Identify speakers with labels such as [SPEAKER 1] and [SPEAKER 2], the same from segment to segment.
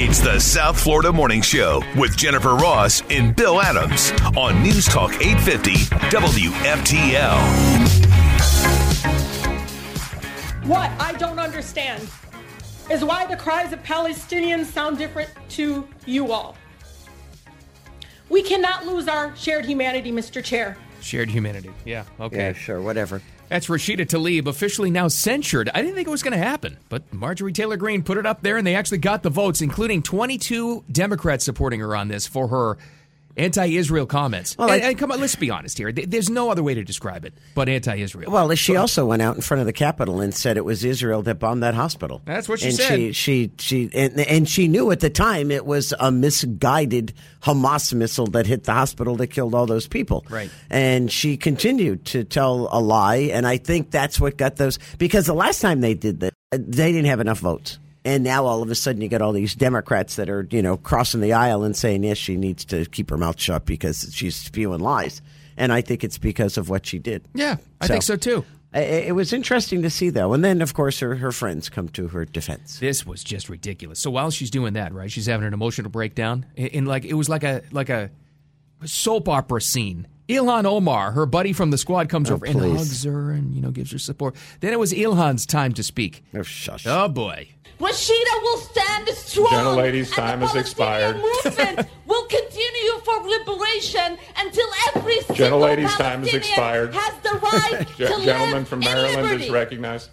[SPEAKER 1] It's the South Florida Morning Show with Jennifer Ross and Bill Adams on News Talk 850 WFTL.
[SPEAKER 2] What I don't understand is why the cries of Palestinians sound different to you all. We cannot lose our shared humanity, Mr. Chair.
[SPEAKER 3] Shared humanity. Yeah. Okay.
[SPEAKER 4] Yeah, sure, whatever.
[SPEAKER 3] That's Rashida Tlaib, officially now censured. I didn't think it was going to happen, but Marjorie Taylor Greene put it up there, and they actually got the votes, including 22 Democrats supporting her on this for her anti-Israel comments.
[SPEAKER 4] Well, I-
[SPEAKER 3] and, and come on, let's be honest here. Th- There's no other way to describe it but anti-Israel.
[SPEAKER 4] Well, she also went out in front of the Capitol and said it was Israel that bombed that hospital.
[SPEAKER 3] That's what she
[SPEAKER 4] and She,
[SPEAKER 3] said.
[SPEAKER 4] she, she, and, and she knew at the time it was a misguided Hamas missile that hit the hospital that killed all those people.
[SPEAKER 3] Right.
[SPEAKER 4] And she continued to tell a lie, and I think that's what got those. Because the last time they did that, they didn't have enough votes. And now all of a sudden you got all these Democrats that are, you know, crossing the aisle and saying, yes, she needs to keep her mouth shut because she's spewing lies. And I think it's because of what she did.
[SPEAKER 3] yeah, I think so too.
[SPEAKER 4] I- I- It was interesting to see, though. And then, of course, her, her friends come to her defense.
[SPEAKER 3] This was just ridiculous. So while she's doing that, right, she's having an emotional breakdown, and, and like it was like a like a soap opera scene. Ilhan Omar, her buddy from the squad, comes over and
[SPEAKER 4] please.
[SPEAKER 3] hugs her and you know gives her support. Then it was Ilhan's time to speak.
[SPEAKER 4] Oh, shush.
[SPEAKER 3] Oh boy.
[SPEAKER 5] Rashida will stand strong.
[SPEAKER 6] Gentle lady's
[SPEAKER 5] and
[SPEAKER 6] time
[SPEAKER 5] the
[SPEAKER 6] has expired.
[SPEAKER 5] Palestinian movement will continue for liberation until every single
[SPEAKER 6] Gentle lady's time has
[SPEAKER 5] Palestinian
[SPEAKER 6] expired.
[SPEAKER 5] has the right to
[SPEAKER 6] Ge-
[SPEAKER 5] live
[SPEAKER 6] gentleman from
[SPEAKER 5] in
[SPEAKER 6] Maryland is
[SPEAKER 5] liberty.
[SPEAKER 6] recognized.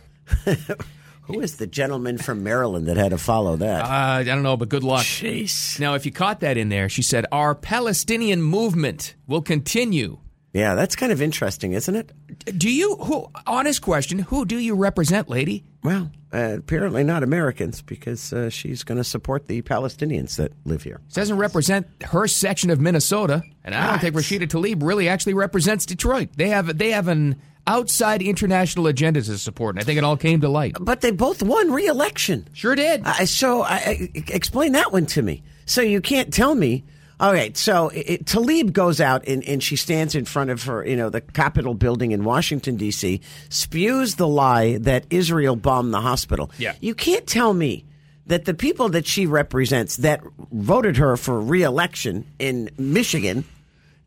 [SPEAKER 4] Who is the gentleman from Maryland that had to follow that?
[SPEAKER 3] Uh, I don't know, but good luck.
[SPEAKER 4] Jeez.
[SPEAKER 3] Now, if you caught that in there, she said, Our Palestinian movement will continue.
[SPEAKER 4] Yeah, that's kind of interesting, isn't it?
[SPEAKER 3] Do you, who, honest question, who do you represent, lady?
[SPEAKER 4] Well, uh, apparently not Americans because uh, she's going to support the Palestinians that live here.
[SPEAKER 3] She doesn't represent her section of Minnesota, and I don't think Rashida Tlaib really actually represents Detroit. They have they have an outside international agenda to support, and I think it all came to light.
[SPEAKER 4] But they both won re election.
[SPEAKER 3] Sure did.
[SPEAKER 4] I, so I, I, explain that one to me. So you can't tell me. All right. So it, it, Talib goes out and, and she stands in front of her, you know, the Capitol building in Washington, D.C., spews the lie that Israel bombed the hospital.
[SPEAKER 3] Yeah.
[SPEAKER 4] You can't tell me that the people that she represents that voted her for reelection in Michigan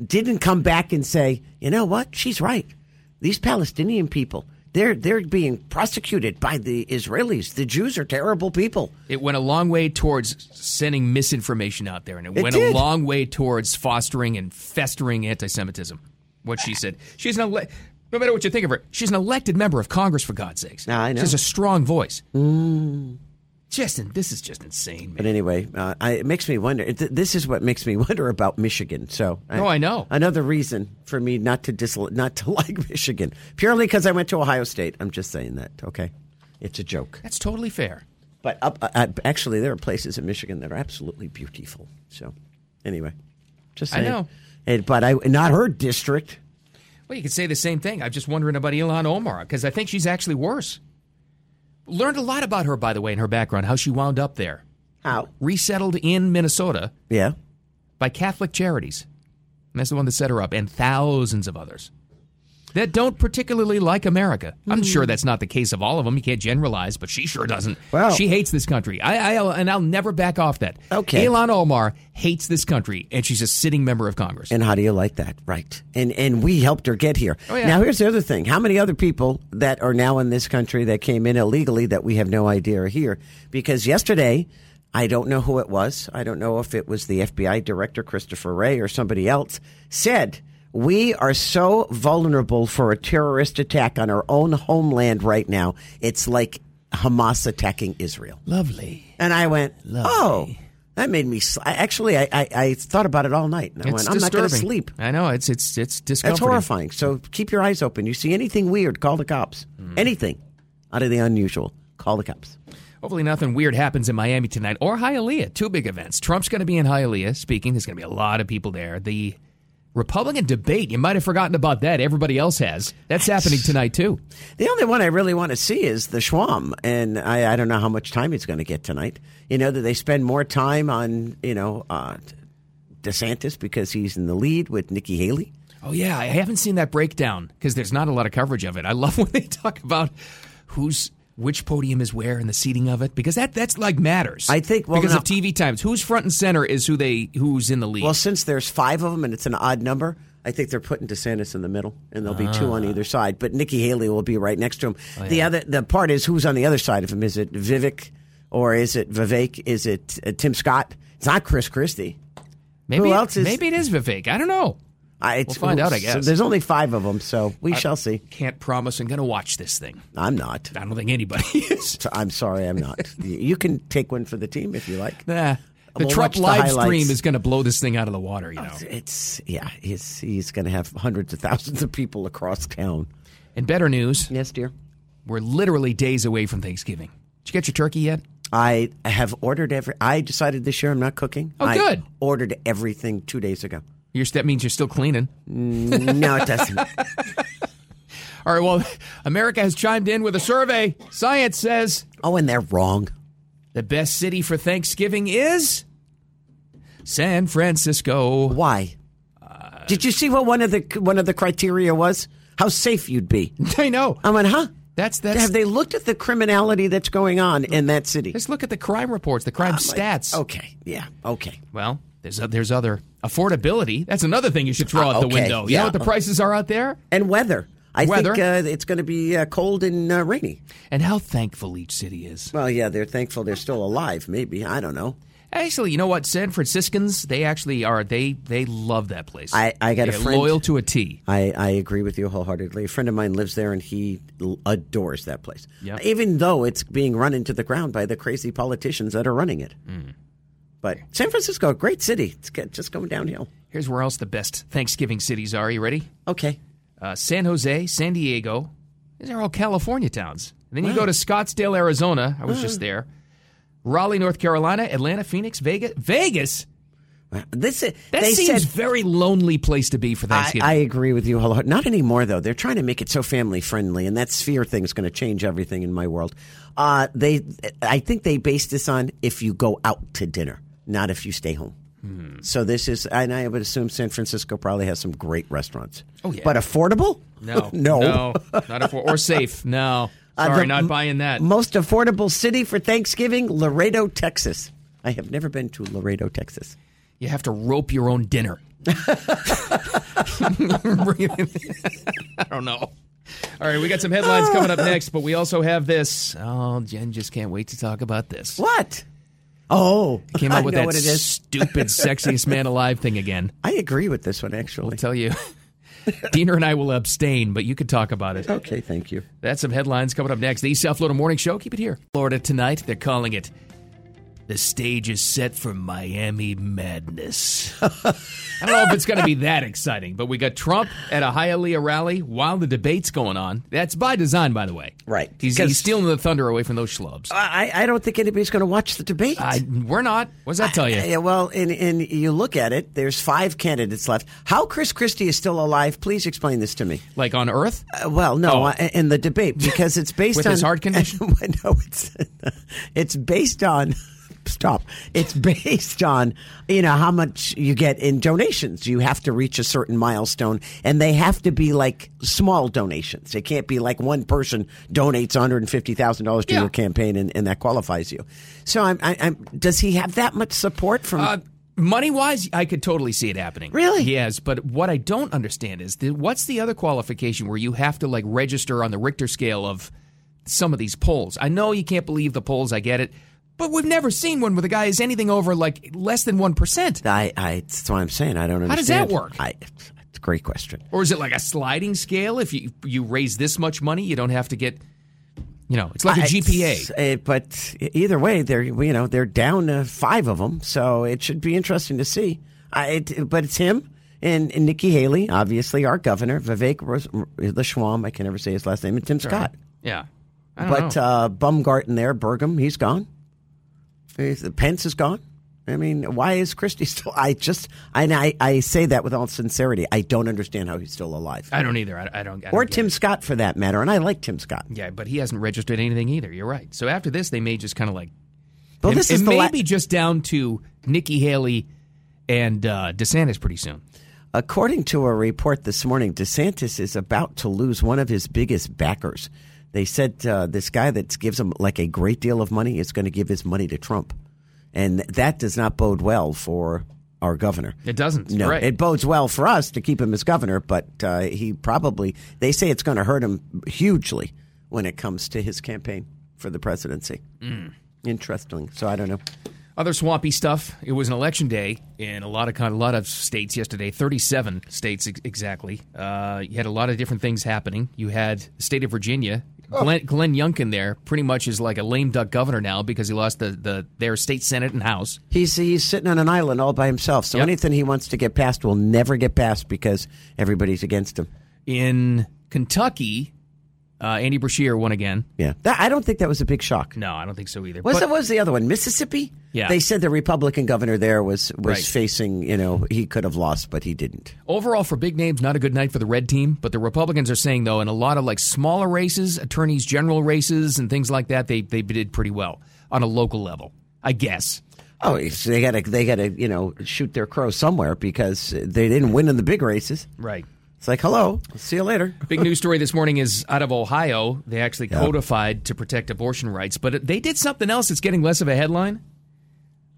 [SPEAKER 4] didn't come back and say, you know what? She's right. These Palestinian people. They're, they're being prosecuted by the Israelis. The Jews are terrible people.
[SPEAKER 3] It went a long way towards sending misinformation out there, and it,
[SPEAKER 4] It
[SPEAKER 3] went
[SPEAKER 4] did.
[SPEAKER 3] a long way towards fostering and festering anti-Semitism. What she said, she's an ele- no matter what you think of her, she's an elected member of Congress for God's sakes.
[SPEAKER 4] Nah, I know. Mm.
[SPEAKER 3] She's a strong voice. Just in, this is just insane. Man.
[SPEAKER 4] But anyway, uh, I, it makes me wonder. Th- this is what makes me wonder about Michigan. So,
[SPEAKER 3] No, I know.
[SPEAKER 4] another reason for me not to dis- not to like Michigan purely because I went to Ohio State. I'm just saying that. Okay, it's a joke.
[SPEAKER 3] That's totally fair.
[SPEAKER 4] But up, uh, uh, actually, there are places in Michigan that are absolutely beautiful. So, anyway, just
[SPEAKER 3] I
[SPEAKER 4] saying.
[SPEAKER 3] know.
[SPEAKER 4] And- but I not her district.
[SPEAKER 3] Well, you could say the same thing. I'm just wondering about Elon Omar because I think she's actually worse. Learned a lot about her, by the way, in her background, how she wound up there,
[SPEAKER 4] How?
[SPEAKER 3] resettled in Minnesota
[SPEAKER 4] Yeah.
[SPEAKER 3] by Catholic Charities. And that's the one that set her up, and thousands of others that don't particularly like America. I'm sure
[SPEAKER 4] Mm-hmm.
[SPEAKER 3] that's not the case of all of them. You can't generalize, but she sure doesn't.
[SPEAKER 4] Well-
[SPEAKER 3] she hates this country. I, I and I'll never back off that.
[SPEAKER 4] Okay.
[SPEAKER 3] Elon Omar hates this country, and she's a sitting member of Congress.
[SPEAKER 4] And how do you like that? Right. And and we helped her get here.
[SPEAKER 3] Oh, yeah.
[SPEAKER 4] Now here's the other thing. How many other people that are now in this country that came in illegally that we have no idea are here? Because yesterday I don't know who it was. I don't know if it was the FBI director Christopher Wray or somebody else said we are so vulnerable for a terrorist attack on our own homeland right now. It's like Hamas attacking Israel.
[SPEAKER 3] Lovely.
[SPEAKER 4] And I went,
[SPEAKER 3] Lovely.
[SPEAKER 4] oh, that made me. Sl- I- actually, I, I, I thought about it all night, and I went, I'm not going to
[SPEAKER 3] disturbing.
[SPEAKER 4] sleep.
[SPEAKER 3] I know it's it's it's
[SPEAKER 4] That's
[SPEAKER 3] discomforting.
[SPEAKER 4] horrifying. So keep your eyes open. You see anything weird, call the cops.
[SPEAKER 3] Mm.
[SPEAKER 4] Anything out of the unusual, call the cops.
[SPEAKER 3] Hopefully, nothing weird happens in Miami tonight or Hialeah. Two big events. Trump's going to be in Hialeah speaking. There's going to be a lot of people there. The Republican debate. You might have forgotten about that. Everybody else has. That's happening tonight too.
[SPEAKER 4] The only one I really want to see is the Schwam, and I, I don't know how much time he's going to get tonight. You know, do they spend more time on you know uh, DeSantis because he's in the lead with Nikki Haley?
[SPEAKER 3] Oh yeah, I haven't seen that breakdown because there's not a lot of coverage of it. I love when they talk about who's which podium is where and the seating of it? Because that that's like matters.
[SPEAKER 4] I think- well,
[SPEAKER 3] because
[SPEAKER 4] no.
[SPEAKER 3] of TV times, who's front and center is who they who's in the lead.
[SPEAKER 4] Well, since there's five of them and it's an odd number, I think they're putting DeSantis in the middle, and there'll be two on
[SPEAKER 3] Ah.
[SPEAKER 4] either side. But Nikki Haley will be right next to him.
[SPEAKER 3] Oh,
[SPEAKER 4] The other the part is who's on the other side of him. Is it Vivek or is it Vivek? Is it uh, Tim Scott? It's not Chris Christie.
[SPEAKER 3] maybe
[SPEAKER 4] who else is-
[SPEAKER 3] maybe it is Vivek. I don't know.
[SPEAKER 4] I, it's,
[SPEAKER 3] We'll find out, I
[SPEAKER 4] so
[SPEAKER 3] guess.
[SPEAKER 4] there's only five of them, so we shall see.
[SPEAKER 3] Can't promise. I'm going to watch this thing.
[SPEAKER 4] I'm not.
[SPEAKER 3] I don't think anybody is.
[SPEAKER 4] So I'm sorry, I'm not. you can take one for the team if you like.
[SPEAKER 3] Nah. The
[SPEAKER 4] We'll watch
[SPEAKER 3] Trump
[SPEAKER 4] the
[SPEAKER 3] live
[SPEAKER 4] highlights. Oh,
[SPEAKER 3] stream is going to blow this thing out of the water. You know.
[SPEAKER 4] It's yeah, he's he's going to have hundreds of thousands of people across town.
[SPEAKER 3] And better news,
[SPEAKER 4] Yes, dear.
[SPEAKER 3] we're literally days away from Thanksgiving. Did you get your turkey yet?
[SPEAKER 4] I have ordered every. I decided this year I'm not cooking.
[SPEAKER 3] Oh,
[SPEAKER 4] I
[SPEAKER 3] good.
[SPEAKER 4] Ordered everything two days ago.
[SPEAKER 3] Your that means you're still cleaning.
[SPEAKER 4] No, it doesn't.
[SPEAKER 3] All right. Well, America has chimed in with a survey. Science says
[SPEAKER 4] oh, and they're wrong.
[SPEAKER 3] the best city for Thanksgiving is San Francisco.
[SPEAKER 4] Why? Did you see what one of the one of the criteria was? How safe you'd be.
[SPEAKER 3] I know.
[SPEAKER 4] I went, huh?
[SPEAKER 3] That's that's.
[SPEAKER 4] have they looked at the criminality that's going on in that city?
[SPEAKER 3] Let's look at the crime reports, the crime
[SPEAKER 4] Oh
[SPEAKER 3] stats.
[SPEAKER 4] Okay. Yeah. Okay.
[SPEAKER 3] Well, there's o- there's other affordability. That's another thing you should throw
[SPEAKER 4] Uh,
[SPEAKER 3] out the
[SPEAKER 4] okay,
[SPEAKER 3] window. You
[SPEAKER 4] yeah.
[SPEAKER 3] know what the prices are out there,
[SPEAKER 4] And weather. I
[SPEAKER 3] Weather.
[SPEAKER 4] think uh, it's going to be uh, cold and uh, rainy.
[SPEAKER 3] and how thankful each city is.
[SPEAKER 4] Well, yeah, they're thankful they're still alive. Maybe I don't know.
[SPEAKER 3] Actually, you know what? San Franciscans they actually are they they love that place.
[SPEAKER 4] I- I got a
[SPEAKER 3] They're
[SPEAKER 4] friend-
[SPEAKER 3] loyal to a T.
[SPEAKER 4] I, I agree with you wholeheartedly. A friend of mine lives there and he l- adores that place.
[SPEAKER 3] Yep.
[SPEAKER 4] Even though it's being run into the ground by the crazy politicians that are running it.
[SPEAKER 3] Mm.
[SPEAKER 4] But San Francisco, great city. It's g- just going downhill.
[SPEAKER 3] Here's where else the best Thanksgiving cities are. You ready?
[SPEAKER 4] Okay.
[SPEAKER 3] uh, San Jose, San Diego. These are all California towns. And then you go to Scottsdale, Arizona. I was just there. Raleigh, North Carolina, Atlanta, Phoenix, Vegas. Vegas.
[SPEAKER 4] This i-
[SPEAKER 3] That
[SPEAKER 4] they
[SPEAKER 3] seems
[SPEAKER 4] said
[SPEAKER 3] very lonely place to be for
[SPEAKER 4] I,
[SPEAKER 3] Thanksgiving.
[SPEAKER 4] I agree with you wholeheartedly. Not anymore though. They're trying to make it so family friendly and that sphere thing is going to change everything in my world. Uh, they I think they base this on if you go out to dinner, not if you stay home.
[SPEAKER 3] Hmm.
[SPEAKER 4] So this is, and I would assume San Francisco probably has some great restaurants.
[SPEAKER 3] Oh, yeah.
[SPEAKER 4] but affordable?
[SPEAKER 3] no,
[SPEAKER 4] no.
[SPEAKER 3] no, not affor- or safe. No,
[SPEAKER 4] Uh,
[SPEAKER 3] sorry,
[SPEAKER 4] the
[SPEAKER 3] not
[SPEAKER 4] m-
[SPEAKER 3] buying that.
[SPEAKER 4] Most affordable city for Thanksgiving: Laredo, Texas. I have never been to Laredo, Texas.
[SPEAKER 3] you have to rope your own dinner. I don't know. All right, we got some headlines coming up next, but we also have this. Oh, Jen just can't wait to talk about this.
[SPEAKER 4] What? Oh,
[SPEAKER 3] Came up
[SPEAKER 4] I
[SPEAKER 3] with
[SPEAKER 4] know
[SPEAKER 3] that
[SPEAKER 4] what it is.
[SPEAKER 3] stupid sexiest man alive thing again.
[SPEAKER 4] I agree with this one actually.
[SPEAKER 3] Tell you. Diener and I will abstain, but you could talk about it.
[SPEAKER 4] Okay, thank you.
[SPEAKER 3] That's some headlines coming up next. The East South Florida Morning Show. Keep it here. Florida tonight. They're calling it the stage is set for Miami Madness. I don't know if it's going to be that exciting, but we got Trump at a Hialeah rally while the debate's going on. That's by design, by the way.
[SPEAKER 4] Right.
[SPEAKER 3] He's, he's stealing the thunder away from those schlubs.
[SPEAKER 4] I, I don't think anybody's going to watch the debate.
[SPEAKER 3] I, we're not. What does that tell you?
[SPEAKER 4] Yeah, well, and, and you look at it, there's five candidates left. How Chris Christie is still alive, please explain this to me.
[SPEAKER 3] Like on Earth?
[SPEAKER 4] Uh, well, no,
[SPEAKER 3] Oh.
[SPEAKER 4] uh, in the debate, because it's based
[SPEAKER 3] With
[SPEAKER 4] on.
[SPEAKER 3] his heart condition?
[SPEAKER 4] no, it's, it's based on. Stop. It's based on, you know, how much you get in donations. You have to reach a certain milestone, and they have to be like small donations. It can't be like one person donates $150,000 to
[SPEAKER 3] Yeah.
[SPEAKER 4] your campaign and, and that qualifies you. So I'm, I, I'm, does he have that much support from.
[SPEAKER 3] Uh, money wise, I could totally see it happening.
[SPEAKER 4] Really?
[SPEAKER 3] Yes, but what I don't understand is the, what's the other qualification where you have to like register on the Richter scale of some of these polls? I know you can't believe the polls. I get it. But we've never seen one where the guy is anything over like less than 1%.
[SPEAKER 4] I, I, that's what I'm saying. I don't understand.
[SPEAKER 3] How does that work?
[SPEAKER 4] I, it's a great question.
[SPEAKER 3] Or is it like a sliding scale? If you, you raise this much money, you don't have to get, you know, it's like a
[SPEAKER 4] I-
[SPEAKER 3] GPA.
[SPEAKER 4] eh, but either way, they're you know they're down to five of them, so it should be interesting to see. I, it, but it's him and, and Nikki Haley, obviously our governor, Vivek Ros- Schwam. I can never say his last name, and Tim Scott.
[SPEAKER 3] Yeah. I don't
[SPEAKER 4] But
[SPEAKER 3] know.
[SPEAKER 4] uh, Bumgarten there, Burgum, he's gone. He's- Pence is gone. I mean, why is Christie still? I just, and I, I say that with all sincerity. I don't understand how he's still alive,
[SPEAKER 3] I don't either. I, I don't. I don't
[SPEAKER 4] or
[SPEAKER 3] get
[SPEAKER 4] Tim
[SPEAKER 3] it.
[SPEAKER 4] Scott for that matter. And I like Tim Scott.
[SPEAKER 3] Yeah, but he hasn't registered anything either. You're right. So after this, they may just kind of like
[SPEAKER 4] Well,
[SPEAKER 3] And-
[SPEAKER 4] this is
[SPEAKER 3] and
[SPEAKER 4] the la-
[SPEAKER 3] maybe just down to Nikki Haley and uh, DeSantis pretty soon.
[SPEAKER 4] According to a report this morning, DeSantis is about to lose one of his biggest backers. They said uh, this guy that gives him like a great deal of money is going to give his money to Trump, and that does not bode well for our governor.
[SPEAKER 3] It doesn't.
[SPEAKER 4] No,
[SPEAKER 3] right.
[SPEAKER 4] it bodes well for us to keep him as governor, but uh, he probably they say it's going to hurt him hugely when it comes to his campaign for the presidency.
[SPEAKER 3] Mm.
[SPEAKER 4] Interesting. So I don't know.
[SPEAKER 3] Other swampy stuff. It was an election day in a lot of con- a lot of states yesterday. Thirty-seven states ex- exactly. Uh, you had a lot of different things happening. You had the state of Virginia.
[SPEAKER 4] Oh.
[SPEAKER 3] Glenn, Glenn Youngkin there pretty much is like a lame duck governor now because he lost the, the their state senate and house.
[SPEAKER 4] He's he's sitting on an island all by himself. So
[SPEAKER 3] Yep.
[SPEAKER 4] anything he wants to get passed will never get passed because everybody's against him.
[SPEAKER 3] In Kentucky, uh, Andy Brashear won again.
[SPEAKER 4] Yeah, that, I don't think that was a big shock.
[SPEAKER 3] No, I don't think so either.
[SPEAKER 4] Was
[SPEAKER 3] But-
[SPEAKER 4] that was the other one Mississippi?
[SPEAKER 3] Yeah.
[SPEAKER 4] they said the Republican governor there was
[SPEAKER 3] Right.
[SPEAKER 4] was facing. You know, he could have lost, but he didn't.
[SPEAKER 3] Overall, for big names, not a good night for the red team. But the Republicans are saying, though, in a lot of like smaller races, attorneys general races, and things like that, they they did pretty well on a local level, I guess.
[SPEAKER 4] Oh, it's- they got to they got to you know shoot their crow somewhere because they didn't win in the big races.
[SPEAKER 3] Right.
[SPEAKER 4] It's like hello, see you later.
[SPEAKER 3] Big news story this morning is out of Ohio. They actually codified to protect abortion rights, but they did something else that's getting less of a headline.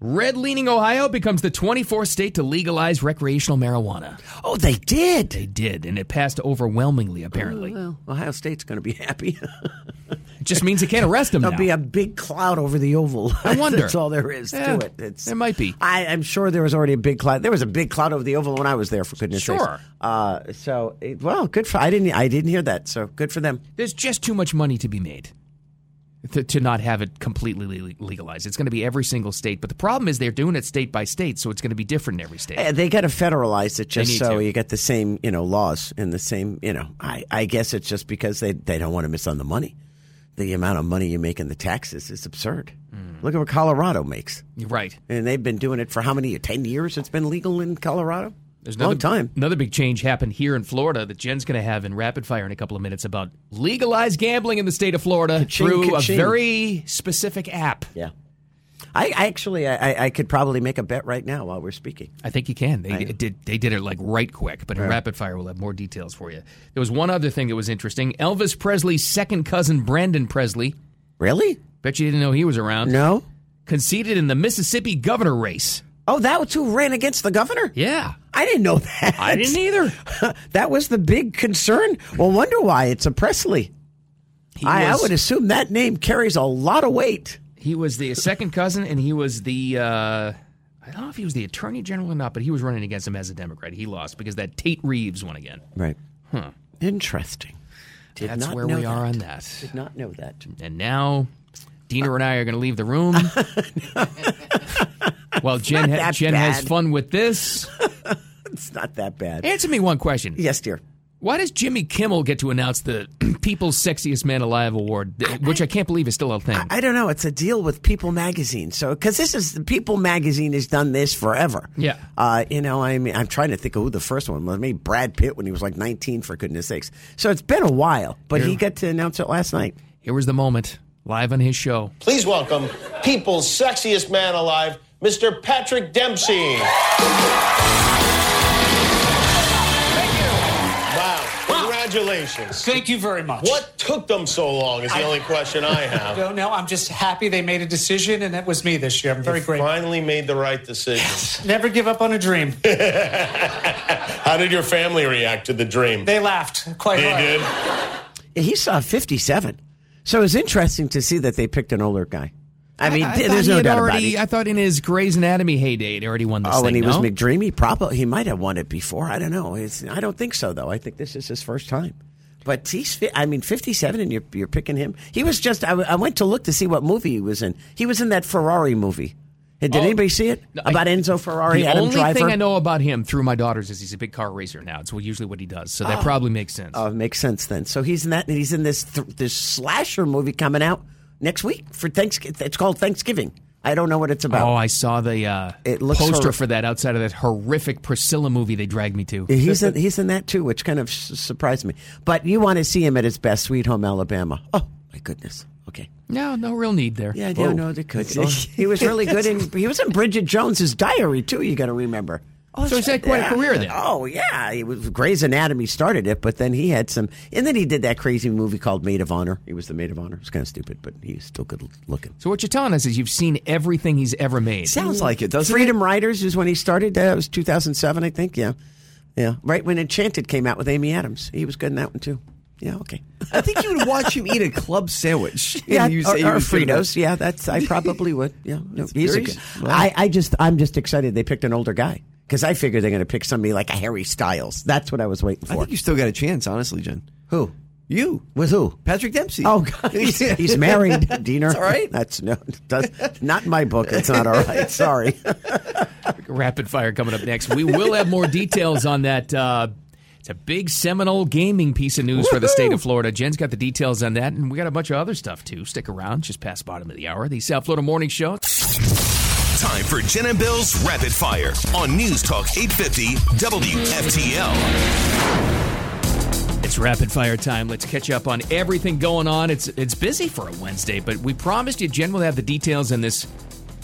[SPEAKER 3] Red leaning Ohio becomes the 24th state to legalize recreational marijuana.
[SPEAKER 4] Oh, they did.
[SPEAKER 3] They did, and it passed overwhelmingly, apparently.
[SPEAKER 4] Well, Ohio State's going to be happy.
[SPEAKER 3] It just means they can't arrest them
[SPEAKER 4] There'll
[SPEAKER 3] now.
[SPEAKER 4] be a big cloud over the oval.
[SPEAKER 3] I wonder.
[SPEAKER 4] That's all there is
[SPEAKER 3] Yeah,
[SPEAKER 4] to it. It's,
[SPEAKER 3] there might be.
[SPEAKER 4] I, I'm sure there was already a big cloud. There was a big cloud over the oval when I was there. For goodness' sake.
[SPEAKER 3] Sure.
[SPEAKER 4] Uh, so, it, well, good for. I didn't. I didn't hear that. So good for them.
[SPEAKER 3] There's just too much money to be made to, to not have it completely le- legalized. It's going to be every single state, but the problem is they're doing it state by state, so it's going to be different in every state.
[SPEAKER 4] Eh, They got to federalize
[SPEAKER 3] They
[SPEAKER 4] it just
[SPEAKER 3] need
[SPEAKER 4] so
[SPEAKER 3] to.
[SPEAKER 4] you get the same, you know, laws and the same, you know. I, I guess it's just because they they don't want to miss on the money. The amount of money you make in the taxes is absurd.
[SPEAKER 3] Hmm.
[SPEAKER 4] Look at what Colorado makes,
[SPEAKER 3] You're right.
[SPEAKER 4] and they've been doing it for how many? years? Ten years? It's been legal in Colorado.
[SPEAKER 3] There's
[SPEAKER 4] long
[SPEAKER 3] another
[SPEAKER 4] time.
[SPEAKER 3] Another big change happened here in Florida that Jen's going to have in rapid fire in a couple of minutes about legalized gambling in the state of Florida
[SPEAKER 4] Ka-ching,
[SPEAKER 3] through
[SPEAKER 4] ka-ching.
[SPEAKER 3] a very specific app.
[SPEAKER 4] Yeah. I, I actually, I, I- I could probably make a bet right now while we're speaking.
[SPEAKER 3] I think you can. They it did. They did it like right quick, but in rapid fire, we'll have more details for you. There was one other thing that was interesting. Elvis Presley's second cousin, Brandon Presley.
[SPEAKER 4] Really?
[SPEAKER 3] Bet you didn't know he was around.
[SPEAKER 4] No.
[SPEAKER 3] conceded in the Mississippi governor race.
[SPEAKER 4] Oh, that was who ran against the governor?
[SPEAKER 3] Yeah.
[SPEAKER 4] I didn't know that.
[SPEAKER 3] I didn't either.
[SPEAKER 4] that was the big concern. Well, wonder why it's a Presley.
[SPEAKER 3] He
[SPEAKER 4] I, I
[SPEAKER 3] was,
[SPEAKER 4] would assume that name carries a lot of weight.
[SPEAKER 3] he was the second cousin, and he was the, uh, I don't know if he was the attorney general or not, but he was running against him as a Democrat. He lost because that Tate Reeves won again.
[SPEAKER 4] Right. Huh. Interesting. Did
[SPEAKER 3] That's
[SPEAKER 4] not
[SPEAKER 3] where
[SPEAKER 4] know
[SPEAKER 3] we are
[SPEAKER 4] that.
[SPEAKER 3] on that. Mm.
[SPEAKER 4] Did not know that.
[SPEAKER 3] And now, Dina and I are going to leave the room. While Jen,
[SPEAKER 4] not
[SPEAKER 3] ha-
[SPEAKER 4] that
[SPEAKER 3] Jen has
[SPEAKER 4] bad.
[SPEAKER 3] fun with this,
[SPEAKER 4] It's not that bad.
[SPEAKER 3] answer me one question.
[SPEAKER 4] yes, dear.
[SPEAKER 3] Why does Jimmy Kimmel get to announce the People's Sexiest Man Alive Award, th- which I can't believe is still a thing?
[SPEAKER 4] I don't know. It's a deal with People Magazine. So, because this is People Magazine has done this forever.
[SPEAKER 3] Yeah.
[SPEAKER 4] Uh, you know, I mean, I'm trying to think of who the first one was. Maybe Brad Pitt when he was like 19, for goodness sakes. So it's been a while, but he got to announce it last night.
[SPEAKER 3] Here was the moment, live on his show.
[SPEAKER 6] Please welcome people's sexiest man alive, Mr. Patrick Dempsey. Wow. Congratulations.
[SPEAKER 7] Thank you very much.
[SPEAKER 6] What took them so long is the only question I
[SPEAKER 7] I
[SPEAKER 6] have.
[SPEAKER 7] don't know. I'm just happy they made a decision, and that was me this year. I'm very grateful.
[SPEAKER 6] Finally made the right decision.
[SPEAKER 7] Never give up on a dream.
[SPEAKER 6] How did your family react to the dream?
[SPEAKER 7] They laughed quite
[SPEAKER 6] They
[SPEAKER 7] hard.
[SPEAKER 6] did.
[SPEAKER 4] He saw 57. So it's interesting to see that they picked an older guy. I mean,
[SPEAKER 3] I
[SPEAKER 4] th-
[SPEAKER 3] thought
[SPEAKER 4] there's
[SPEAKER 3] he
[SPEAKER 4] no
[SPEAKER 3] had
[SPEAKER 4] doubt
[SPEAKER 3] already,
[SPEAKER 4] about it.
[SPEAKER 3] I thought in his Grey's Anatomy heyday, it already won this
[SPEAKER 4] Oh,
[SPEAKER 3] thing.
[SPEAKER 4] and he was
[SPEAKER 3] no?
[SPEAKER 4] McDreamy. Probably he might have won it before. I don't know. It's, I don't think so, though. I think this is his first time. But he's, fi- I mean, fifty-seven, and you're you're picking him. He was just. I, w- I went to look to see what movie he was in. He was in that Ferrari movie. Hey, Did
[SPEAKER 3] Oh.
[SPEAKER 4] anybody see it
[SPEAKER 3] No, I-
[SPEAKER 4] about Enzo Ferrari,
[SPEAKER 3] the
[SPEAKER 4] Adam
[SPEAKER 3] only
[SPEAKER 4] Driver?
[SPEAKER 3] thing I know about him through my daughters is he's a big car racer now. It's usually what he does, so that probably makes sense.
[SPEAKER 4] Oh, makes sense then. So he's in that, and he's in this th- this slasher movie coming out next week for Thanksgiving. It's called Thanksgiving. I don't know what it's about.
[SPEAKER 3] oh, I saw the uh,
[SPEAKER 4] It looks
[SPEAKER 3] poster
[SPEAKER 4] horri-
[SPEAKER 3] for that outside of that horrific Priscilla movie they dragged me to.
[SPEAKER 4] He's in, he's in that too, which kind of s- surprised me. But you want to see him at his best, Sweet Home Alabama. Oh my goodness. Okay. Oh.
[SPEAKER 3] No, no real need there. Oh.
[SPEAKER 4] Yeah, I don't know the could. he was really good in. He was in Bridget Jones's Diary too. You got to remember. Oh,
[SPEAKER 3] So he's had quite a career then.
[SPEAKER 4] Oh yeah, it was Grey's Anatomy started it, but then he had some, and then he did that crazy movie called Maid of Honor. He was the Maid of Honor. It's kind of stupid, but he's still good looking.
[SPEAKER 3] So what you're telling us is you've seen everything he's ever made.
[SPEAKER 4] Sounds
[SPEAKER 8] like it, doesn't
[SPEAKER 4] Mm. Freedom Riders is when he started. That was 2007, I think. Yeah, yeah. Right when Enchanted came out with Amy Adams, he was good in that one too. Yeah, okay.
[SPEAKER 8] I think you would watch him eat a club sandwich.
[SPEAKER 4] Yeah,
[SPEAKER 8] And you
[SPEAKER 4] or,
[SPEAKER 8] say he
[SPEAKER 4] or
[SPEAKER 8] was good at-
[SPEAKER 4] Fritos. Yeah, that's I probably would. Yeah, no, he's a
[SPEAKER 8] very
[SPEAKER 4] good.
[SPEAKER 8] s- wow.
[SPEAKER 4] I, I just I'm just excited they picked an older guy because I figure they're going to pick somebody like a Harry Styles. That's what I was waiting
[SPEAKER 8] I
[SPEAKER 4] for.
[SPEAKER 8] think you still got a chance, honestly, Jen.
[SPEAKER 4] Who?
[SPEAKER 8] You
[SPEAKER 4] With who?
[SPEAKER 8] Patrick Dempsey.
[SPEAKER 4] Oh, God. He's, he's married, Diener.
[SPEAKER 8] It's all right.
[SPEAKER 4] That's no, does, not in my book. It's not all right. Sorry.
[SPEAKER 3] Rapid fire coming up next. We will have more details on that. Uh, it's a big seminal gaming piece of news for the state of Florida. Jen's got the details on that, and we got a bunch of other stuff too. Stick around, just past bottom of the hour. The South Florida Morning Show.
[SPEAKER 1] Time for Jen and Bill's Rapid Fire on News Talk 850 WFTL.
[SPEAKER 3] It's rapid fire time. Let's catch up on everything going on. It's it's busy for a Wednesday, but we promised you Jen will have the details in this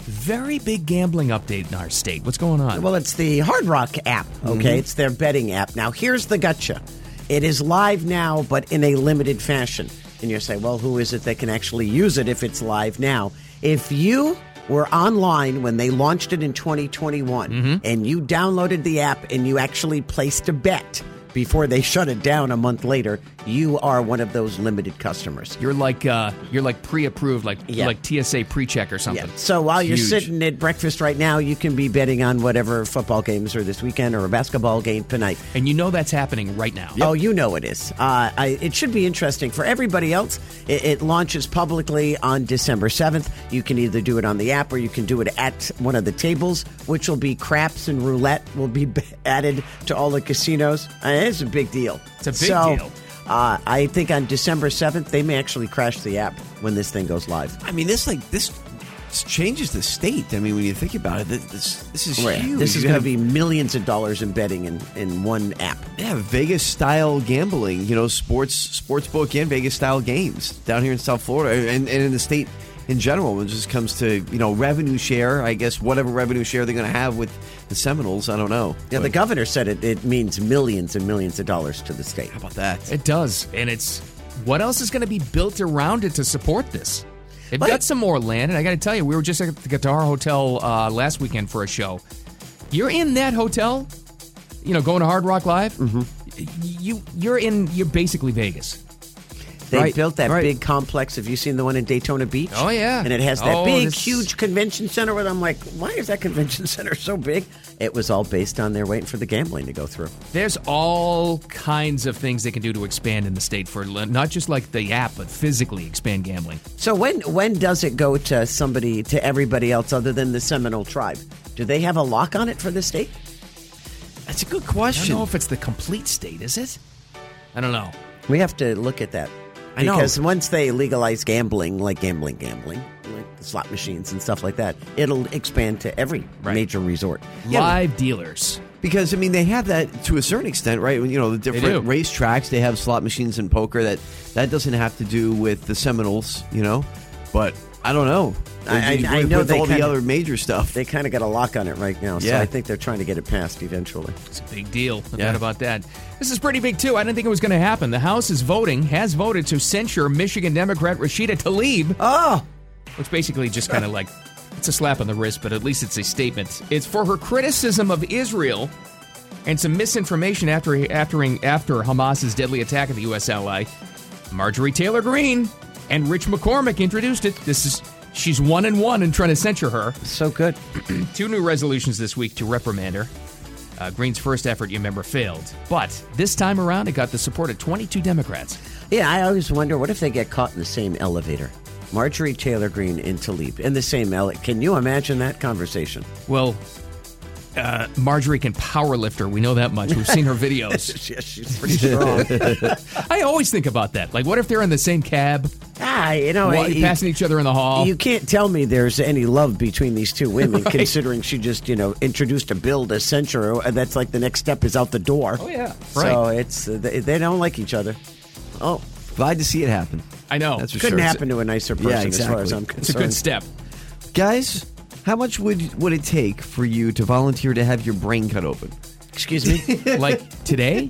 [SPEAKER 3] very big gambling update in our state. What's going on?
[SPEAKER 4] Well, it's the Hard Rock app. Okay, it's their betting app. Now, here's the gotcha. It is live now, but in a limited fashion. And you say, well, who is it that can actually use it if it's live now? If you were online when they launched it in 2021 and you downloaded the app and you actually placed a bet before they shut it down a month later, you are one of those limited customers.
[SPEAKER 3] you're like uh, you're like pre-approved, like
[SPEAKER 4] Yeah.
[SPEAKER 3] like TSA pre-check or something.
[SPEAKER 4] Yeah. So while you're
[SPEAKER 3] Huge.
[SPEAKER 4] sitting at breakfast right now, you can be betting on whatever football games are this weekend or a basketball game tonight.
[SPEAKER 3] and you know that's happening right now.
[SPEAKER 4] Oh, you know it is. Uh, I, it should be interesting for everybody else. It, it launches publicly on December seventh. You can either do it on the app or you can do it at one of the tables, which will be craps and roulette will be added to all the casinos. Uh, it's a big deal.
[SPEAKER 3] It's a big
[SPEAKER 4] So,
[SPEAKER 3] deal.
[SPEAKER 4] Uh, I think on December seventh they may actually crash the app when this thing goes live.
[SPEAKER 8] I mean, this like this changes the state. I mean, when you think about it, this this is
[SPEAKER 4] Right.
[SPEAKER 8] huge.
[SPEAKER 4] This is
[SPEAKER 8] You
[SPEAKER 4] going to
[SPEAKER 8] have-
[SPEAKER 4] be millions of dollars in betting in, in one app.
[SPEAKER 8] yeah Vegas style gambling. You know, sports sports book and Vegas style games down here in South Florida and, and in the state in general. When it just comes to you know revenue share, I guess whatever revenue share they're going to have with the Seminoles, I don't know.
[SPEAKER 4] Yeah, the
[SPEAKER 8] But
[SPEAKER 4] governor said it, it means millions and millions of dollars to the state.
[SPEAKER 8] how about that?
[SPEAKER 3] It does. And it's what else is going to be built around it to support this? They've
[SPEAKER 4] But-
[SPEAKER 3] got some more land, and I got to tell you, we were just at the Guitar Hotel uh, last weekend for a show. You're in that hotel, you know, going to Hard Rock Live. Mm-hmm. You you're in you're basically Vegas.
[SPEAKER 4] They
[SPEAKER 8] Right,
[SPEAKER 4] built that
[SPEAKER 8] right.
[SPEAKER 4] big complex. Have you seen the one in Daytona Beach?
[SPEAKER 3] Oh, yeah.
[SPEAKER 4] And it has that
[SPEAKER 3] Oh,
[SPEAKER 4] big,
[SPEAKER 3] this-
[SPEAKER 4] huge convention center. Where I'm like, why is that convention center so big? It was all based on their waiting for the gambling to go through.
[SPEAKER 3] There's all kinds of things they can do to expand in the state for not just like the app, but physically expand gambling.
[SPEAKER 4] So when when does it go to somebody to everybody else other than the Seminole tribe? Do they have a lock on it for the state?
[SPEAKER 8] That's a good
[SPEAKER 3] I
[SPEAKER 8] question.
[SPEAKER 3] don't know if it's the complete state, is it? I don't know.
[SPEAKER 4] We have to look at that.
[SPEAKER 8] I know.
[SPEAKER 4] Because once they legalize gambling, like gambling, gambling, like the slot machines and stuff like that, it'll expand to every
[SPEAKER 3] Right.
[SPEAKER 4] major resort.
[SPEAKER 3] Live dealers.
[SPEAKER 8] Because I mean, they have that to a certain extent, right? When, You know, the different
[SPEAKER 3] do.
[SPEAKER 8] racetracks they have slot machines and poker. That that doesn't have to do with the Seminoles, you know. But I don't know.
[SPEAKER 4] I-
[SPEAKER 8] With-
[SPEAKER 4] I- I
[SPEAKER 8] with
[SPEAKER 4] know they
[SPEAKER 8] all the
[SPEAKER 4] kinda-
[SPEAKER 8] other major stuff.
[SPEAKER 4] They kind of got a lock on it right now, so
[SPEAKER 8] Yeah.
[SPEAKER 4] I think they're trying to get it passed eventually.
[SPEAKER 3] It's a big deal. No
[SPEAKER 8] Yeah.
[SPEAKER 3] doubt about that. This is pretty big, too. I didn't think it was going to happen. The House is voting, has voted to censure Michigan Democrat Rashida Tlaib. Oh! Which basically just kind of like, it's a slap on the wrist, but at least it's a statement. It's for her criticism of Israel and some misinformation after, after, after Hamas's deadly attack of the U.S. ally. Marjorie Taylor Greene and Rich McCormick introduced it. This is, she's one and one in trying to censure her
[SPEAKER 4] So good.
[SPEAKER 3] two new resolutions this week to reprimand her. Uh, Green's first effort, you remember, failed. But this time around, it got the support of 22 Democrats.
[SPEAKER 4] Yeah, I always wonder what if they get caught in the same elevator? Marjorie Taylor Greene and Talib in the same elevator. Can you imagine that conversation?
[SPEAKER 3] Well, uh, Marjorie can powerlift her. We know that much. We've seen her videos.
[SPEAKER 4] Yes, she's pretty strong.
[SPEAKER 3] I always think about that. Like, what if they're in the same cab,
[SPEAKER 4] ah, you know,
[SPEAKER 3] wa-
[SPEAKER 4] you-
[SPEAKER 3] passing each other in the hall?
[SPEAKER 4] You can't tell me there's any love between these two women,
[SPEAKER 3] Right.
[SPEAKER 4] considering she just, you know, introduced a bill to censure. and That's like the next step is out the door.
[SPEAKER 3] Oh, yeah.
[SPEAKER 4] So
[SPEAKER 3] Right.
[SPEAKER 4] it's uh, they, they don't like each other. Oh,
[SPEAKER 8] Glad to see it happen.
[SPEAKER 3] I know.
[SPEAKER 8] That's for
[SPEAKER 4] couldn't
[SPEAKER 8] sure.
[SPEAKER 4] happen to a nicer person,
[SPEAKER 8] Yeah,
[SPEAKER 4] as far as
[SPEAKER 8] exactly.
[SPEAKER 4] I'm
[SPEAKER 3] It's a
[SPEAKER 4] concerned.
[SPEAKER 3] good step.
[SPEAKER 8] Guys, How much would would it take for you to volunteer to have your brain cut open?
[SPEAKER 4] Excuse me.
[SPEAKER 3] like today?